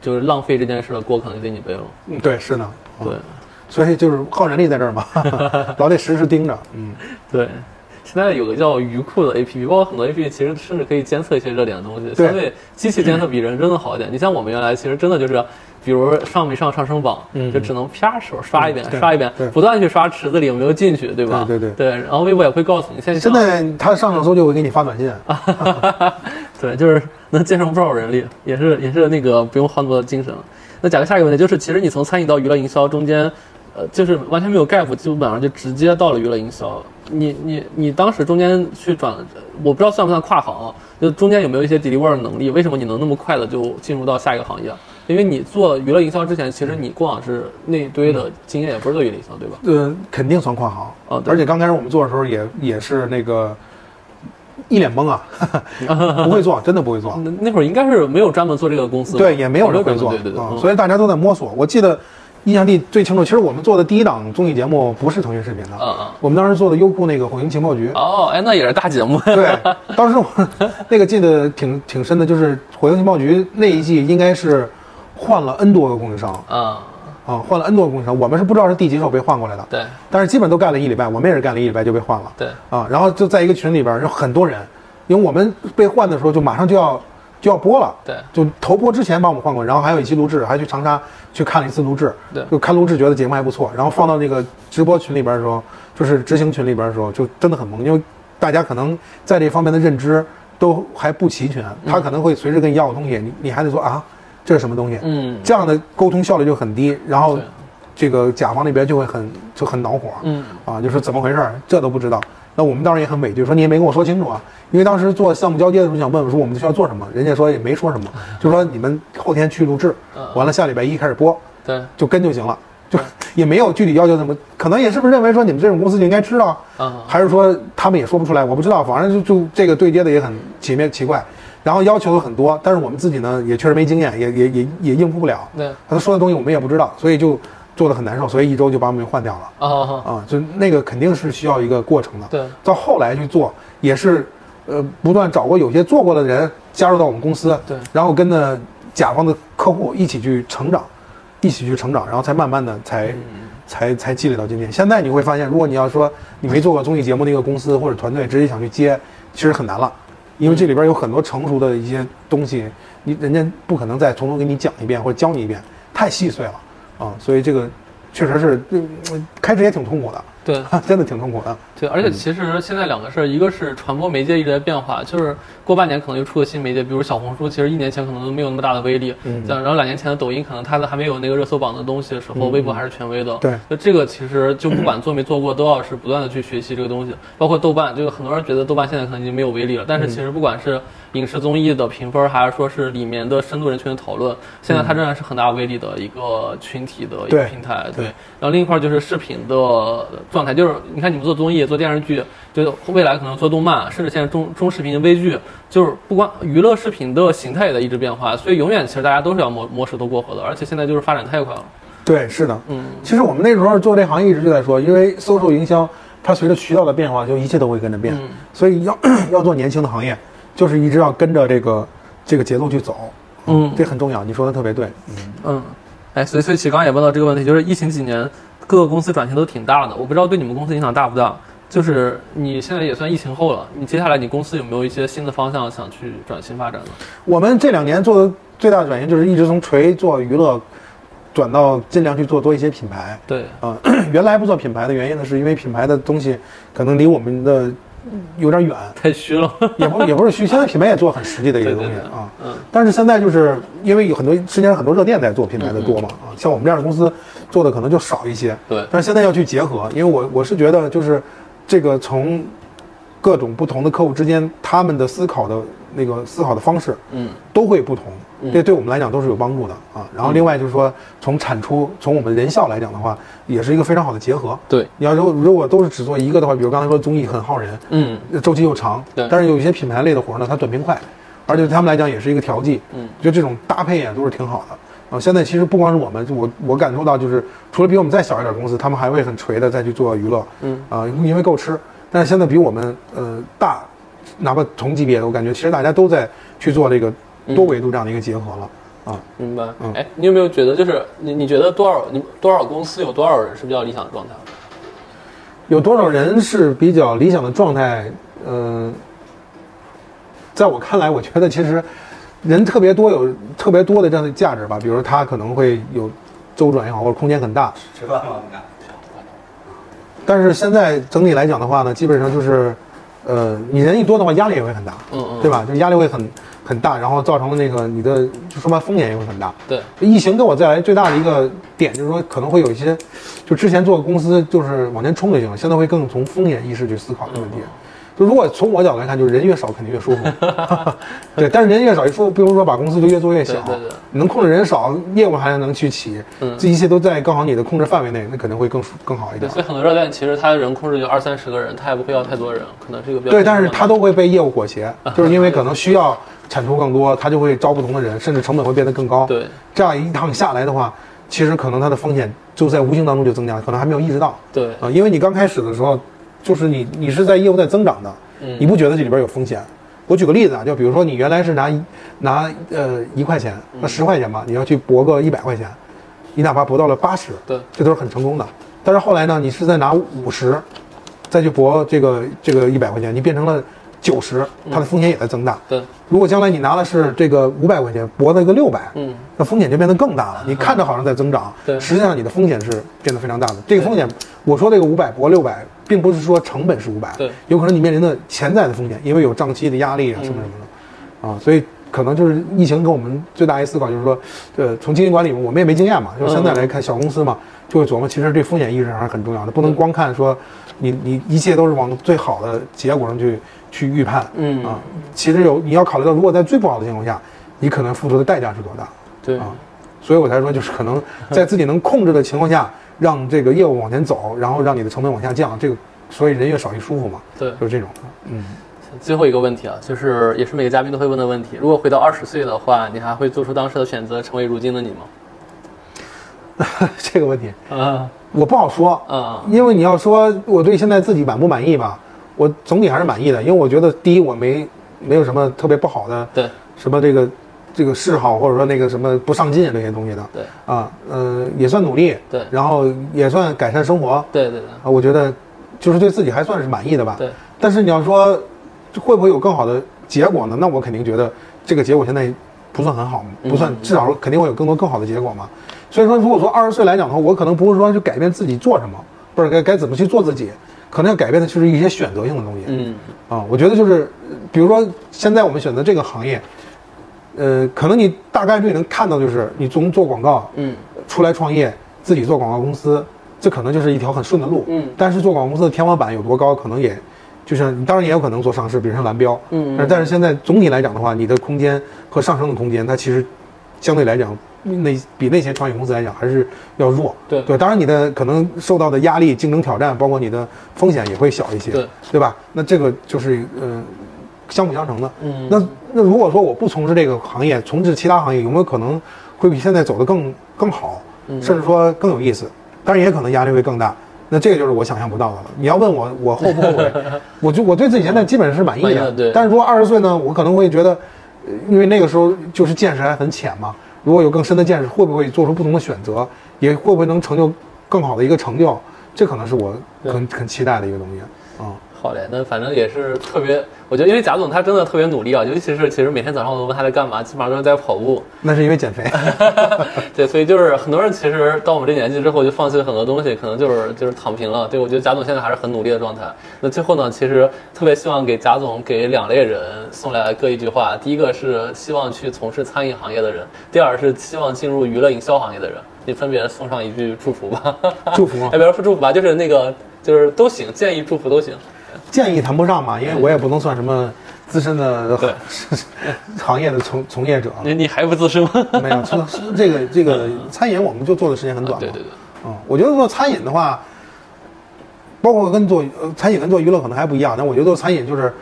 [SPEAKER 2] 就是浪费这件事的锅可能就得你背了。
[SPEAKER 3] 嗯，对，是的，
[SPEAKER 2] 对
[SPEAKER 3] 所以就是靠人力在这 儿嘛，老得时时盯着。嗯，
[SPEAKER 2] 对，现在有个叫鱼库的 APP，包括很多 APP 其实甚至可以监测一些热点的东西，
[SPEAKER 3] 对
[SPEAKER 2] 相对机器监测比人真的好一点。你像我们原来其实真的就是。比如上没上上升榜，
[SPEAKER 3] 嗯
[SPEAKER 2] 就只能啪手刷一遍，
[SPEAKER 3] 嗯对
[SPEAKER 2] 刷一遍
[SPEAKER 3] 对，
[SPEAKER 2] 不断去刷池子里有没有进去，对吧？
[SPEAKER 3] 对对
[SPEAKER 2] 对。然后微博也会告诉你，现在
[SPEAKER 3] 现在他上上搜就会给你发短信，
[SPEAKER 2] 啊 对，就是能节省不少人力，也是也是那个不用耗那么多精神了。那假如下一个问题就是，其实你从餐饮到娱乐营销中间，呃，就是完全没有 gap，基本上就直接到了娱乐营销。你你你当时中间去转，我不知道算不算跨行，啊就中间有没有一些 deliver 的能力？为什么你能那么快的就进入到下一个行业？啊因为你做娱乐营销之前，其实你过往是那堆
[SPEAKER 3] 嗯
[SPEAKER 2] 的经验也不是做娱乐营销，对吧？
[SPEAKER 3] 呃，肯定算跨行。
[SPEAKER 2] 哦对
[SPEAKER 3] 而且刚开始我们做的时候也也是那个一脸 懵啊，不会做，真的不会做。
[SPEAKER 2] 那那会儿应该是没有专门做这个公司吧，
[SPEAKER 3] 对，也没有人
[SPEAKER 2] 专
[SPEAKER 3] 会
[SPEAKER 2] 门
[SPEAKER 3] 做，
[SPEAKER 2] 对对对，
[SPEAKER 3] 啊
[SPEAKER 2] 嗯
[SPEAKER 3] 所以大家都在摸索。我记得印象力最清楚，其实我们做的第一档综艺节目不是腾讯视频的，
[SPEAKER 2] 嗯嗯
[SPEAKER 3] 我们当时做的优酷那个火星情报局。
[SPEAKER 2] 哦，哎，那也是大节目，
[SPEAKER 3] 对，当时我那个记得挺挺深的，就是火星情报局那一季应该是换了 N 多个供应商
[SPEAKER 2] 啊、
[SPEAKER 3] 啊，换了 N 多个供应商，我们是不知道是第几手被换过来的，
[SPEAKER 2] 对
[SPEAKER 3] 但是基本都干了一礼拜，我们也是干了一礼拜就被换了。
[SPEAKER 2] 对。
[SPEAKER 3] 啊，然后就在一个群里边儿，有很多人，因为我们被换的时候就马上就要就要播了，
[SPEAKER 2] 对
[SPEAKER 3] 就头播之前把我们换过，然后还有一期录制，还去长沙去看了一次录制，
[SPEAKER 2] 对
[SPEAKER 3] 就看录制觉得节目还不错，然后放到那个直播群里边儿的时候，就是执行群里边儿的时候，就真的很懵，因为大家可能在这方面的认知都还不齐全，他可能会随时跟你要个东西，你你还得说啊，这是什么东西？
[SPEAKER 2] 嗯
[SPEAKER 3] 这样的沟通效率就很低，然后
[SPEAKER 2] 对
[SPEAKER 3] 这个甲方那边就会很就很恼火，
[SPEAKER 2] 嗯，
[SPEAKER 3] 啊，就说怎么回事儿，这都不知道。那我们当时也很委屈，说你也没跟我说清楚啊，因为当时做项目交接的时候想问我说我们需要做什么，人家说也没说什么，就说你们后天去录制，完了下礼拜一开始播，
[SPEAKER 2] 对，
[SPEAKER 3] 就跟就行了，就也没有具体要求怎么，可能也是不是认为说你们这种公司就应该知道，
[SPEAKER 2] 啊，
[SPEAKER 3] 还是说他们也说不出来，我不知道，反正就就这个对接的也很奇妙奇怪，然后要求有很多，但是我们自己呢也确实没经验，也也也也应付不了，
[SPEAKER 2] 对，
[SPEAKER 3] 他说的东西我们也不知道，所以就做的很难受，所以一周就把我们给换掉了。
[SPEAKER 2] 啊，
[SPEAKER 3] 啊，就那个肯定是需要一个过程的。
[SPEAKER 2] 对，
[SPEAKER 3] 到后来去做也是，呃，不断找过有些做过的人加入到我们公司，
[SPEAKER 2] 对
[SPEAKER 3] 然后跟着甲方的客户一起去成长，一起去成长，然后才慢慢的才、才才积累到今天。现在你会发现，如果你要说你没做过综艺节目的一个公司或者团队，直接想去接，其实很难了。因为这里边有很多成熟的一些东西，你人家不可能再从头给你讲一遍或者教你一遍，太细碎了啊！所以这个确实是，嗯开始也挺痛苦的，
[SPEAKER 2] 对
[SPEAKER 3] 真的挺痛苦的。
[SPEAKER 2] 对，而且其实现在两个事儿，一个是传播媒介一直在变化，就是过半年可能又出个新媒介，比如小红书，其实一年前可能都没有那么大的威力，嗯，然后两年前的抖音可能它的还没有那个热搜榜的东西的时候，微博还是权威的，
[SPEAKER 3] 对
[SPEAKER 2] 就这个其实就不管做没做过，都要是不断的去学习这个东西，包括豆瓣，这个很多人觉得豆瓣现在可能已经没有威力了，但是其实不管是影视综艺的评分，还是说是里面的深度人群的讨论，现在它仍然是很大威力的一个群体的一个
[SPEAKER 3] 对
[SPEAKER 2] 平台，
[SPEAKER 3] 对
[SPEAKER 2] 然后另一块就是视频的状态，就是你看你们做综艺、做电视剧，就未来可能做动漫，甚至现在中中视频、微剧，就是不光娱乐视频的形态也在一直变化，所以永远其实大家都是要磨磨石头过河的，而且现在就是发展太快了。
[SPEAKER 3] 对，是的，嗯，其实我们那时候做这行一直就在说，因为搜售营销，它随着渠道的变化，就一切都会跟着变，
[SPEAKER 2] 嗯
[SPEAKER 3] 所以要 要做年轻的行业，就是一直要跟着这个这个节奏去走，
[SPEAKER 2] 嗯
[SPEAKER 3] 这很重要。你说的特别对，
[SPEAKER 2] 嗯，哎，所以所以启刚也问到这个问题，就是疫情几年各个公司转型都挺大的，我不知道对你们公司影响大不大。就是你现在也算疫情后了，你接下来你公司有没有一些新的方向想去转型发展呢？
[SPEAKER 3] 我们这两年做的最大的转型就是一直从锤做娱乐，转到尽量去做多一些品牌，
[SPEAKER 2] 对，
[SPEAKER 3] 啊、 原来不做品牌的原因呢，是因为品牌的东西可能离我们的有点远，
[SPEAKER 2] 太虚了。
[SPEAKER 3] 也不也不是虚，现在品牌也做很实际的一个东西
[SPEAKER 2] 对对对
[SPEAKER 3] 啊。
[SPEAKER 2] 嗯
[SPEAKER 3] 但是现在就是因为有很多之前很多热店在做品牌的多嘛啊，像我们这样的公司做的可能就少一些。
[SPEAKER 2] 对
[SPEAKER 3] 但是现在要去结合，因为我我是觉得就是这个从各种不同的客户之间他们的思考的那个思考的方式，
[SPEAKER 2] 嗯，
[SPEAKER 3] 都会不同，这对我们来讲都是有帮助的啊。然后另外就是说，从产出，从我们人效来讲的话，也是一个非常好的结合。
[SPEAKER 2] 对，
[SPEAKER 3] 你要如如果都是只做一个的话，比如刚才说综艺很耗人，
[SPEAKER 2] 嗯，
[SPEAKER 3] 周期又长，
[SPEAKER 2] 对
[SPEAKER 3] 但是有一些品牌类的活儿呢，它短平快，而且对他们来讲也是一个调剂，
[SPEAKER 2] 嗯，
[SPEAKER 3] 就这种搭配也都是挺好的。啊，现在其实不光是我们，就我我感受到就是，除了比我们再小一点的公司，他们还会很锤的再去做娱乐，
[SPEAKER 2] 嗯，
[SPEAKER 3] 啊、因为够吃。但是现在比我们呃大，哪怕同级别的，我感觉其实大家都在去做这个多维度这样的一个结合了，啊，
[SPEAKER 2] 明白。哎，你有没有觉得，就是你你觉得多少你多少公司有多少人是比较理想的状态？
[SPEAKER 3] 有多少人是比较理想的状态？嗯、在我看来，我觉得其实人特别多有特别多的这样的价值吧，比如他可能会有周转也好，或者空间很大。
[SPEAKER 4] 吃饭吗？你看，
[SPEAKER 3] 但是现在整体来讲的话呢，基本上就是，呃，你人一多的话，压力也会很大，
[SPEAKER 2] 嗯嗯
[SPEAKER 3] 对吧？就压力会很很大，然后造成那个你的就说白了风险也会很大。
[SPEAKER 2] 对，
[SPEAKER 3] 疫情给我带来最大的一个点就是说，可能会有一些，就之前做的公司就是往前冲就行了，现在会更从风险意识去思考这个问
[SPEAKER 2] 嗯
[SPEAKER 3] 题。就如果从我角度来看，就是人越少肯定越 舒服，对。但是人越少一舒服，不如说把公司就越做越小，
[SPEAKER 2] 对对对嗯
[SPEAKER 3] 你能控制人少，业务还能去起，这一切都在刚好你的控制范围内，那肯定会更舒更好一
[SPEAKER 2] 对，
[SPEAKER 3] 点。
[SPEAKER 2] 所以很多热恋其实他人控制就二三十个人，他也不会要太多人，可能是一个比较
[SPEAKER 3] 对，但是他都会被业务裹挟，就是因为可能需要产出更多，他就会招不同的人，甚至成本会变得更高。
[SPEAKER 2] 对，
[SPEAKER 3] 这样一趟下来的话，其实可能它的风险就在无形当中就增加了，可能还没有意识到。
[SPEAKER 2] 对
[SPEAKER 3] 啊、因为你刚开始的时候，就是你你是在业务在增长的，
[SPEAKER 2] 嗯
[SPEAKER 3] 你不觉得这里边有风险？我举个例子啊，就比如说你原来是拿一拿呃一块钱，那十块钱吧，你要去博个一百块钱，你哪怕博到了八十，
[SPEAKER 2] 对
[SPEAKER 3] 这都是很成功的。但是后来呢，你是在拿五十，再去博这个这个一百块钱，你变成了九十，它的风险也在增大。
[SPEAKER 2] 对
[SPEAKER 3] 如果将来你拿的是这个五百块钱，博了一个六百，
[SPEAKER 2] 嗯，
[SPEAKER 3] 那风险就变得更大了。你看着好像在增长，
[SPEAKER 2] 对
[SPEAKER 3] 实际上你的风险是变得非常大的。这个风险，我说这个五百博六百，并不是说成本是五百，
[SPEAKER 2] 对
[SPEAKER 3] 有可能你面临的潜在的风险，因为有账期的压力啊什么什么的，
[SPEAKER 2] 嗯
[SPEAKER 3] 啊，所以可能就是疫情给我们最大一思考就是说，呃，从经营管理我们也没经验嘛，就是现在
[SPEAKER 2] 嗯
[SPEAKER 3] 来看小公司嘛，就会琢磨，其实这风险意识还是很重要的，不能光看说你你一切都是往最好的结果上去去预判，
[SPEAKER 2] 嗯
[SPEAKER 3] 啊，其实有你要考虑到，如果在最不好的情况下，你可能付出的代价是多大。
[SPEAKER 2] 对
[SPEAKER 3] 啊所以我才说，就是可能在自己能控制的情况下，让这个业务往前走，然后让你的成本往下降，这个所以人越少越舒服嘛，
[SPEAKER 2] 对
[SPEAKER 3] 就是这种。
[SPEAKER 2] 最后一个问题啊，就是也是每个嘉宾都会问的问题：如果回到二十岁的话，你还会做出当时的选择，成为如今的你吗？
[SPEAKER 3] 这个问题
[SPEAKER 2] 啊，
[SPEAKER 3] 我不好说，
[SPEAKER 2] 嗯
[SPEAKER 3] 因为你要说我对现在自己满不满意吧，我总体还是满意的，因为我觉得第一我没没有什么特别不好的
[SPEAKER 2] 对
[SPEAKER 3] 什么这个这个嗜好，或者说那个什么不上进这些东西的，
[SPEAKER 2] 对
[SPEAKER 3] 啊，呃，也算努力，
[SPEAKER 2] 对
[SPEAKER 3] 然后也算改善生活，
[SPEAKER 2] 对对对
[SPEAKER 3] 啊，我觉得就是对自己还算是满意的吧。
[SPEAKER 2] 对。
[SPEAKER 3] 但是你要说会不会有更好的结果呢？那我肯定觉得这个结果现在不算很好，不算，至少肯定会有更多更好的结果嘛。所以说，如果说二十岁来讲的话，我可能不是说去改变自己做什么，不是该该怎么去做自己，可能要改变的就是一些选择性的东西。
[SPEAKER 2] 嗯，
[SPEAKER 3] 啊，我觉得就是，比如说现在我们选择这个行业，呃，可能你大概率能看到，就是你从做广告，
[SPEAKER 2] 嗯，
[SPEAKER 3] 出来创业，自己做广告公司，这可能就是一条很顺的路，
[SPEAKER 2] 嗯
[SPEAKER 3] 但是做广告公司的天花板有多高，可能也，就像你当然也有可能做上市，比如像蓝标，
[SPEAKER 2] 嗯嗯
[SPEAKER 3] 但是但是现在总体来讲的话，你的空间和上升的空间，它其实相对来讲，那比那些创业公司来讲还是要弱，
[SPEAKER 2] 对
[SPEAKER 3] 对，当然你的可能受到的压力、竞争挑战，包括你的风险也会小一些，
[SPEAKER 2] 对，
[SPEAKER 3] 对吧？那这个就是呃相辅相成的。
[SPEAKER 2] 嗯
[SPEAKER 3] 那那如果说我不从事这个行业，从事其他行业，有没有可能会比现在走得更更好，
[SPEAKER 2] 嗯
[SPEAKER 3] 甚至说更有意思？当然也可能压力会更大。那这个就是我想象不到的了。你要问我，我后不 后悔？我就我对自己现在基本上是满意
[SPEAKER 2] 满意
[SPEAKER 3] 的。
[SPEAKER 2] 的对
[SPEAKER 3] 但是如果二十岁呢，我可能会觉得，呃因为那个时候就是见识还很浅嘛。如果有更深的见识，会不会做出不同的选择？也会不会能成就更好的一个成就？这可能是我很很期待的一个东西。啊、
[SPEAKER 2] 好嘞，那反正也是特别，我觉得因为贾总他真的特别努力啊，尤其是其实每天早上我都问他在干嘛，基本上都是在跑步，
[SPEAKER 3] 那是因为减肥。
[SPEAKER 2] 对，所以就是很多人其实到我们这年纪之后就放弃了很多东西，可能就是就是躺平了。对我觉得贾总现在还是很努力的状态。那最后呢，其实特别希望给贾总给两类人送来各一句话，第一个是希望去从事餐饮行业的人，第二是希望进入娱乐营销行业的人。你分别送上一句祝福吧，
[SPEAKER 3] 祝福吗
[SPEAKER 2] 哎，别说祝福吧，就是那个就是都行，建议祝福都行。
[SPEAKER 3] 建议谈不上嘛，因为我也不能算什么资深的
[SPEAKER 2] 对
[SPEAKER 3] 行业的从从业者，
[SPEAKER 2] 你你还不资深吗？
[SPEAKER 3] 没有，从这个这个餐饮我们就做的时间很短嘛。
[SPEAKER 2] 嗯啊对对对。
[SPEAKER 3] 嗯，我觉得做餐饮的话，包括跟做呃餐饮跟做娱乐可能还不一样，但我觉得做餐饮就是，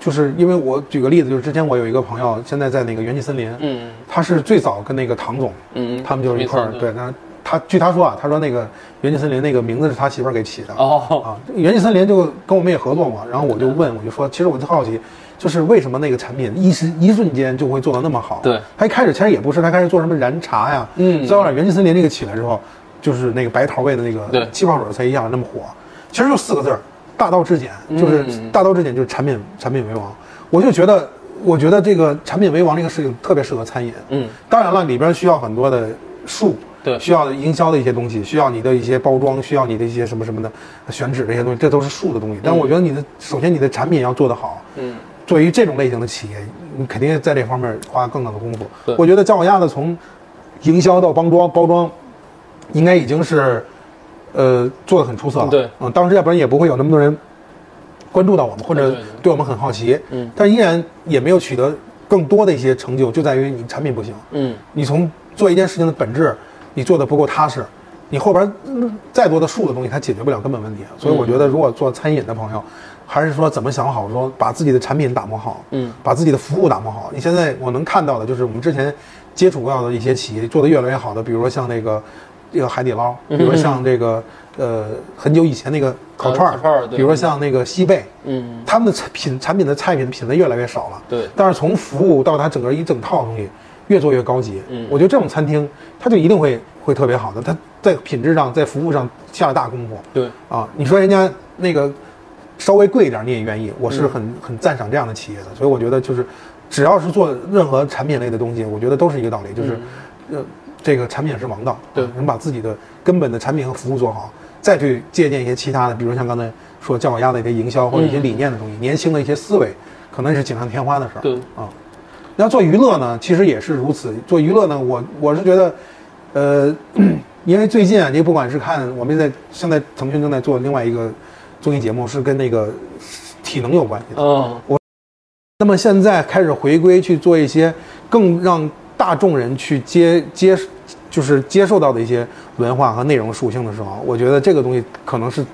[SPEAKER 3] 就是因为我举个例子，就是之前我有一个朋友，现在在那个元气森林，
[SPEAKER 2] 嗯
[SPEAKER 3] 他是最早跟那个唐总，
[SPEAKER 2] 嗯，
[SPEAKER 3] 他们就是一块儿
[SPEAKER 2] 没错
[SPEAKER 3] 对，那他据他说啊，他说那个元气森林那个名字是他媳妇儿给起的，
[SPEAKER 2] 哦，
[SPEAKER 3] 啊，元气森林就跟我们也合作嘛，然后我就问，我就说，其实我就好奇，就是为什么那个产品一时一瞬间就会做得那么好？
[SPEAKER 2] 对，
[SPEAKER 3] 他一开始其实也不是，他开始做什么燃茶呀，
[SPEAKER 2] 嗯
[SPEAKER 3] 最后元气森林这个起来之后，就是那个白桃味的那个
[SPEAKER 2] 对
[SPEAKER 3] 气泡水才一下那么火，其实就四个字儿，大道至简，就是
[SPEAKER 2] 嗯
[SPEAKER 3] 大道至简就是产品产品为王，我就觉得。我觉得这个产品为王这个事情特别适合餐饮，
[SPEAKER 2] 嗯，
[SPEAKER 3] 当然了，里边需要很多的术，
[SPEAKER 2] 对
[SPEAKER 3] 需要营销的一些东西，需要你的一些包装，需要你的一些什么什么的选址这些东西，这都是术的东西。但我觉得你的首先你的产品要做得好，
[SPEAKER 2] 嗯，
[SPEAKER 3] 作为这种类型的企业，你肯定在这方面花更大的功夫
[SPEAKER 2] 对。
[SPEAKER 3] 我觉得姜小鸭子从营销到包装，包装应该已经是呃做的很出色了。
[SPEAKER 2] 对
[SPEAKER 3] 嗯，当时要不然也不会有那么多人关注到我们，或
[SPEAKER 2] 对
[SPEAKER 3] 者
[SPEAKER 2] 对对
[SPEAKER 3] 对我们很好奇。
[SPEAKER 2] 嗯，
[SPEAKER 3] 但依然也没有取得更多的一些成就，就在于你产品不行。
[SPEAKER 2] 嗯
[SPEAKER 3] 你从做一件事情的本质，你做的不够踏实，你后边嗯再多的数的东西，它解决不了根本问题。啊所
[SPEAKER 2] 嗯
[SPEAKER 3] 以我觉得，如果做餐饮的朋友，还是说怎么想好，说把自己的产品打磨好，
[SPEAKER 2] 嗯，
[SPEAKER 3] 把自己的服务打磨好。你现在我能看到的就是我们之前接触到的一些企业做的越来越好的，比如说像那个这个海底捞，比如说像这个呃很久以前那个烤串
[SPEAKER 2] 嗯烤串
[SPEAKER 3] 儿，
[SPEAKER 2] 儿对
[SPEAKER 3] 比如说像那个西贝，
[SPEAKER 2] 嗯，
[SPEAKER 3] 他们的产品产品的菜品的品类越来越少了，
[SPEAKER 2] 对
[SPEAKER 3] 但是从服务到它整个一整套东西，越做越高级。
[SPEAKER 2] 嗯
[SPEAKER 3] 我觉得这种餐厅，它就一定会会特别好的，它在品质上，在服务上下了大功夫。
[SPEAKER 2] 对，
[SPEAKER 3] 啊，你说人家那个稍微贵一点你也愿意，我是很、很赞赏这样的企业的，所以我觉得就是只要是做任何产品类的东西，我觉得都是一个道理，
[SPEAKER 2] 嗯
[SPEAKER 3] 就是、呃这个产品是王道，
[SPEAKER 2] 对
[SPEAKER 3] 能把自己的根本的产品和服务做好，再去借鉴一些其他的，比如像刚才说叫我鸭的一些营销或者一些理念的东西，年轻的一些思维，可能是锦上添花的事儿。
[SPEAKER 2] 嗯对
[SPEAKER 3] 啊。那做娱乐呢，其实也是如此。做娱乐呢，我我是觉得，呃， 因为最近啊，你不管是看我们在现在腾讯正在做另外一个综艺节目，是跟那个体能有关系的。
[SPEAKER 2] 嗯
[SPEAKER 3] 那么现在开始回归去做一些更让大众人去接接，就是接受到的一些文化和内容属性的时候，我觉得这个东西可能是，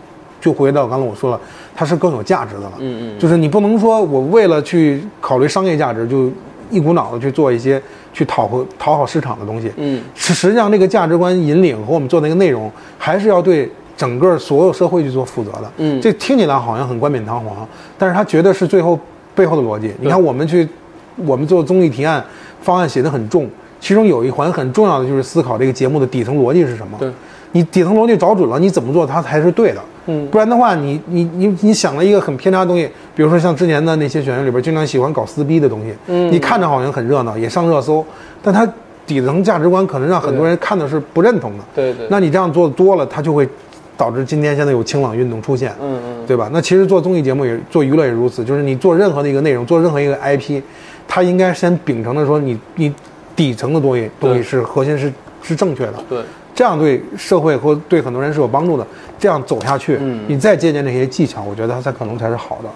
[SPEAKER 3] 就回到刚才我说了，它是更有价值的了。
[SPEAKER 2] 嗯嗯，
[SPEAKER 3] 就是你不能说我为了去考虑商业价值，就一股脑的去做一些去讨好讨好市场的东西。
[SPEAKER 2] 嗯
[SPEAKER 3] 实实际上这个价值观引领和我们做那个内容，还是要对整个所有社会去做负责的。
[SPEAKER 2] 嗯
[SPEAKER 3] 这听起来好像很冠冕堂皇，但是它绝对是最后背后的逻辑。你看，我们去，我们做综艺提案方案写的很重，其中有一环很重要的就是思考这个节目的底层逻辑是什么。
[SPEAKER 2] 对。
[SPEAKER 3] 你底层逻辑找准了，你怎么做它才是对的。
[SPEAKER 2] 嗯
[SPEAKER 3] 不然的话，你你你你想了一个很偏差的东西，比如说像之前的那些选员里边经常喜欢搞撕逼的东西，嗯，你看着好像很热闹，也上热搜，但它底层价值观可能让很多人看的是不认同的。
[SPEAKER 2] 对对
[SPEAKER 3] 那你这样做多了，它就会导致今天现在有清朗运动出现，
[SPEAKER 2] 嗯嗯，
[SPEAKER 3] 对吧？那其实做综艺节目也做娱乐也如此，就是你做任何的一个内容，做任何一个 IP，它应该先秉承的说你你底层的东西东西是核心是是正确的，
[SPEAKER 2] 对，
[SPEAKER 3] 这样对社会或对很多人是有帮助的。这样走下去，
[SPEAKER 2] 嗯
[SPEAKER 3] 你再借鉴这些技巧，我觉得它才可能才是好的。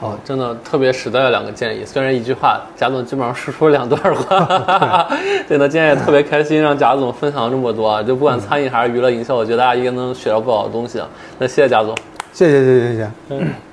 [SPEAKER 2] 好，真的特别实在的两个建议，虽然一句话，贾总基本上输出了两段 话， 对那今天也特别开心，让贾总分享了这么多啊，就
[SPEAKER 3] 嗯
[SPEAKER 2] 不管餐饮还是娱乐营销，我觉得大家应该能学到不少东西啊。那谢谢贾总。
[SPEAKER 3] 谢谢谢谢谢谢。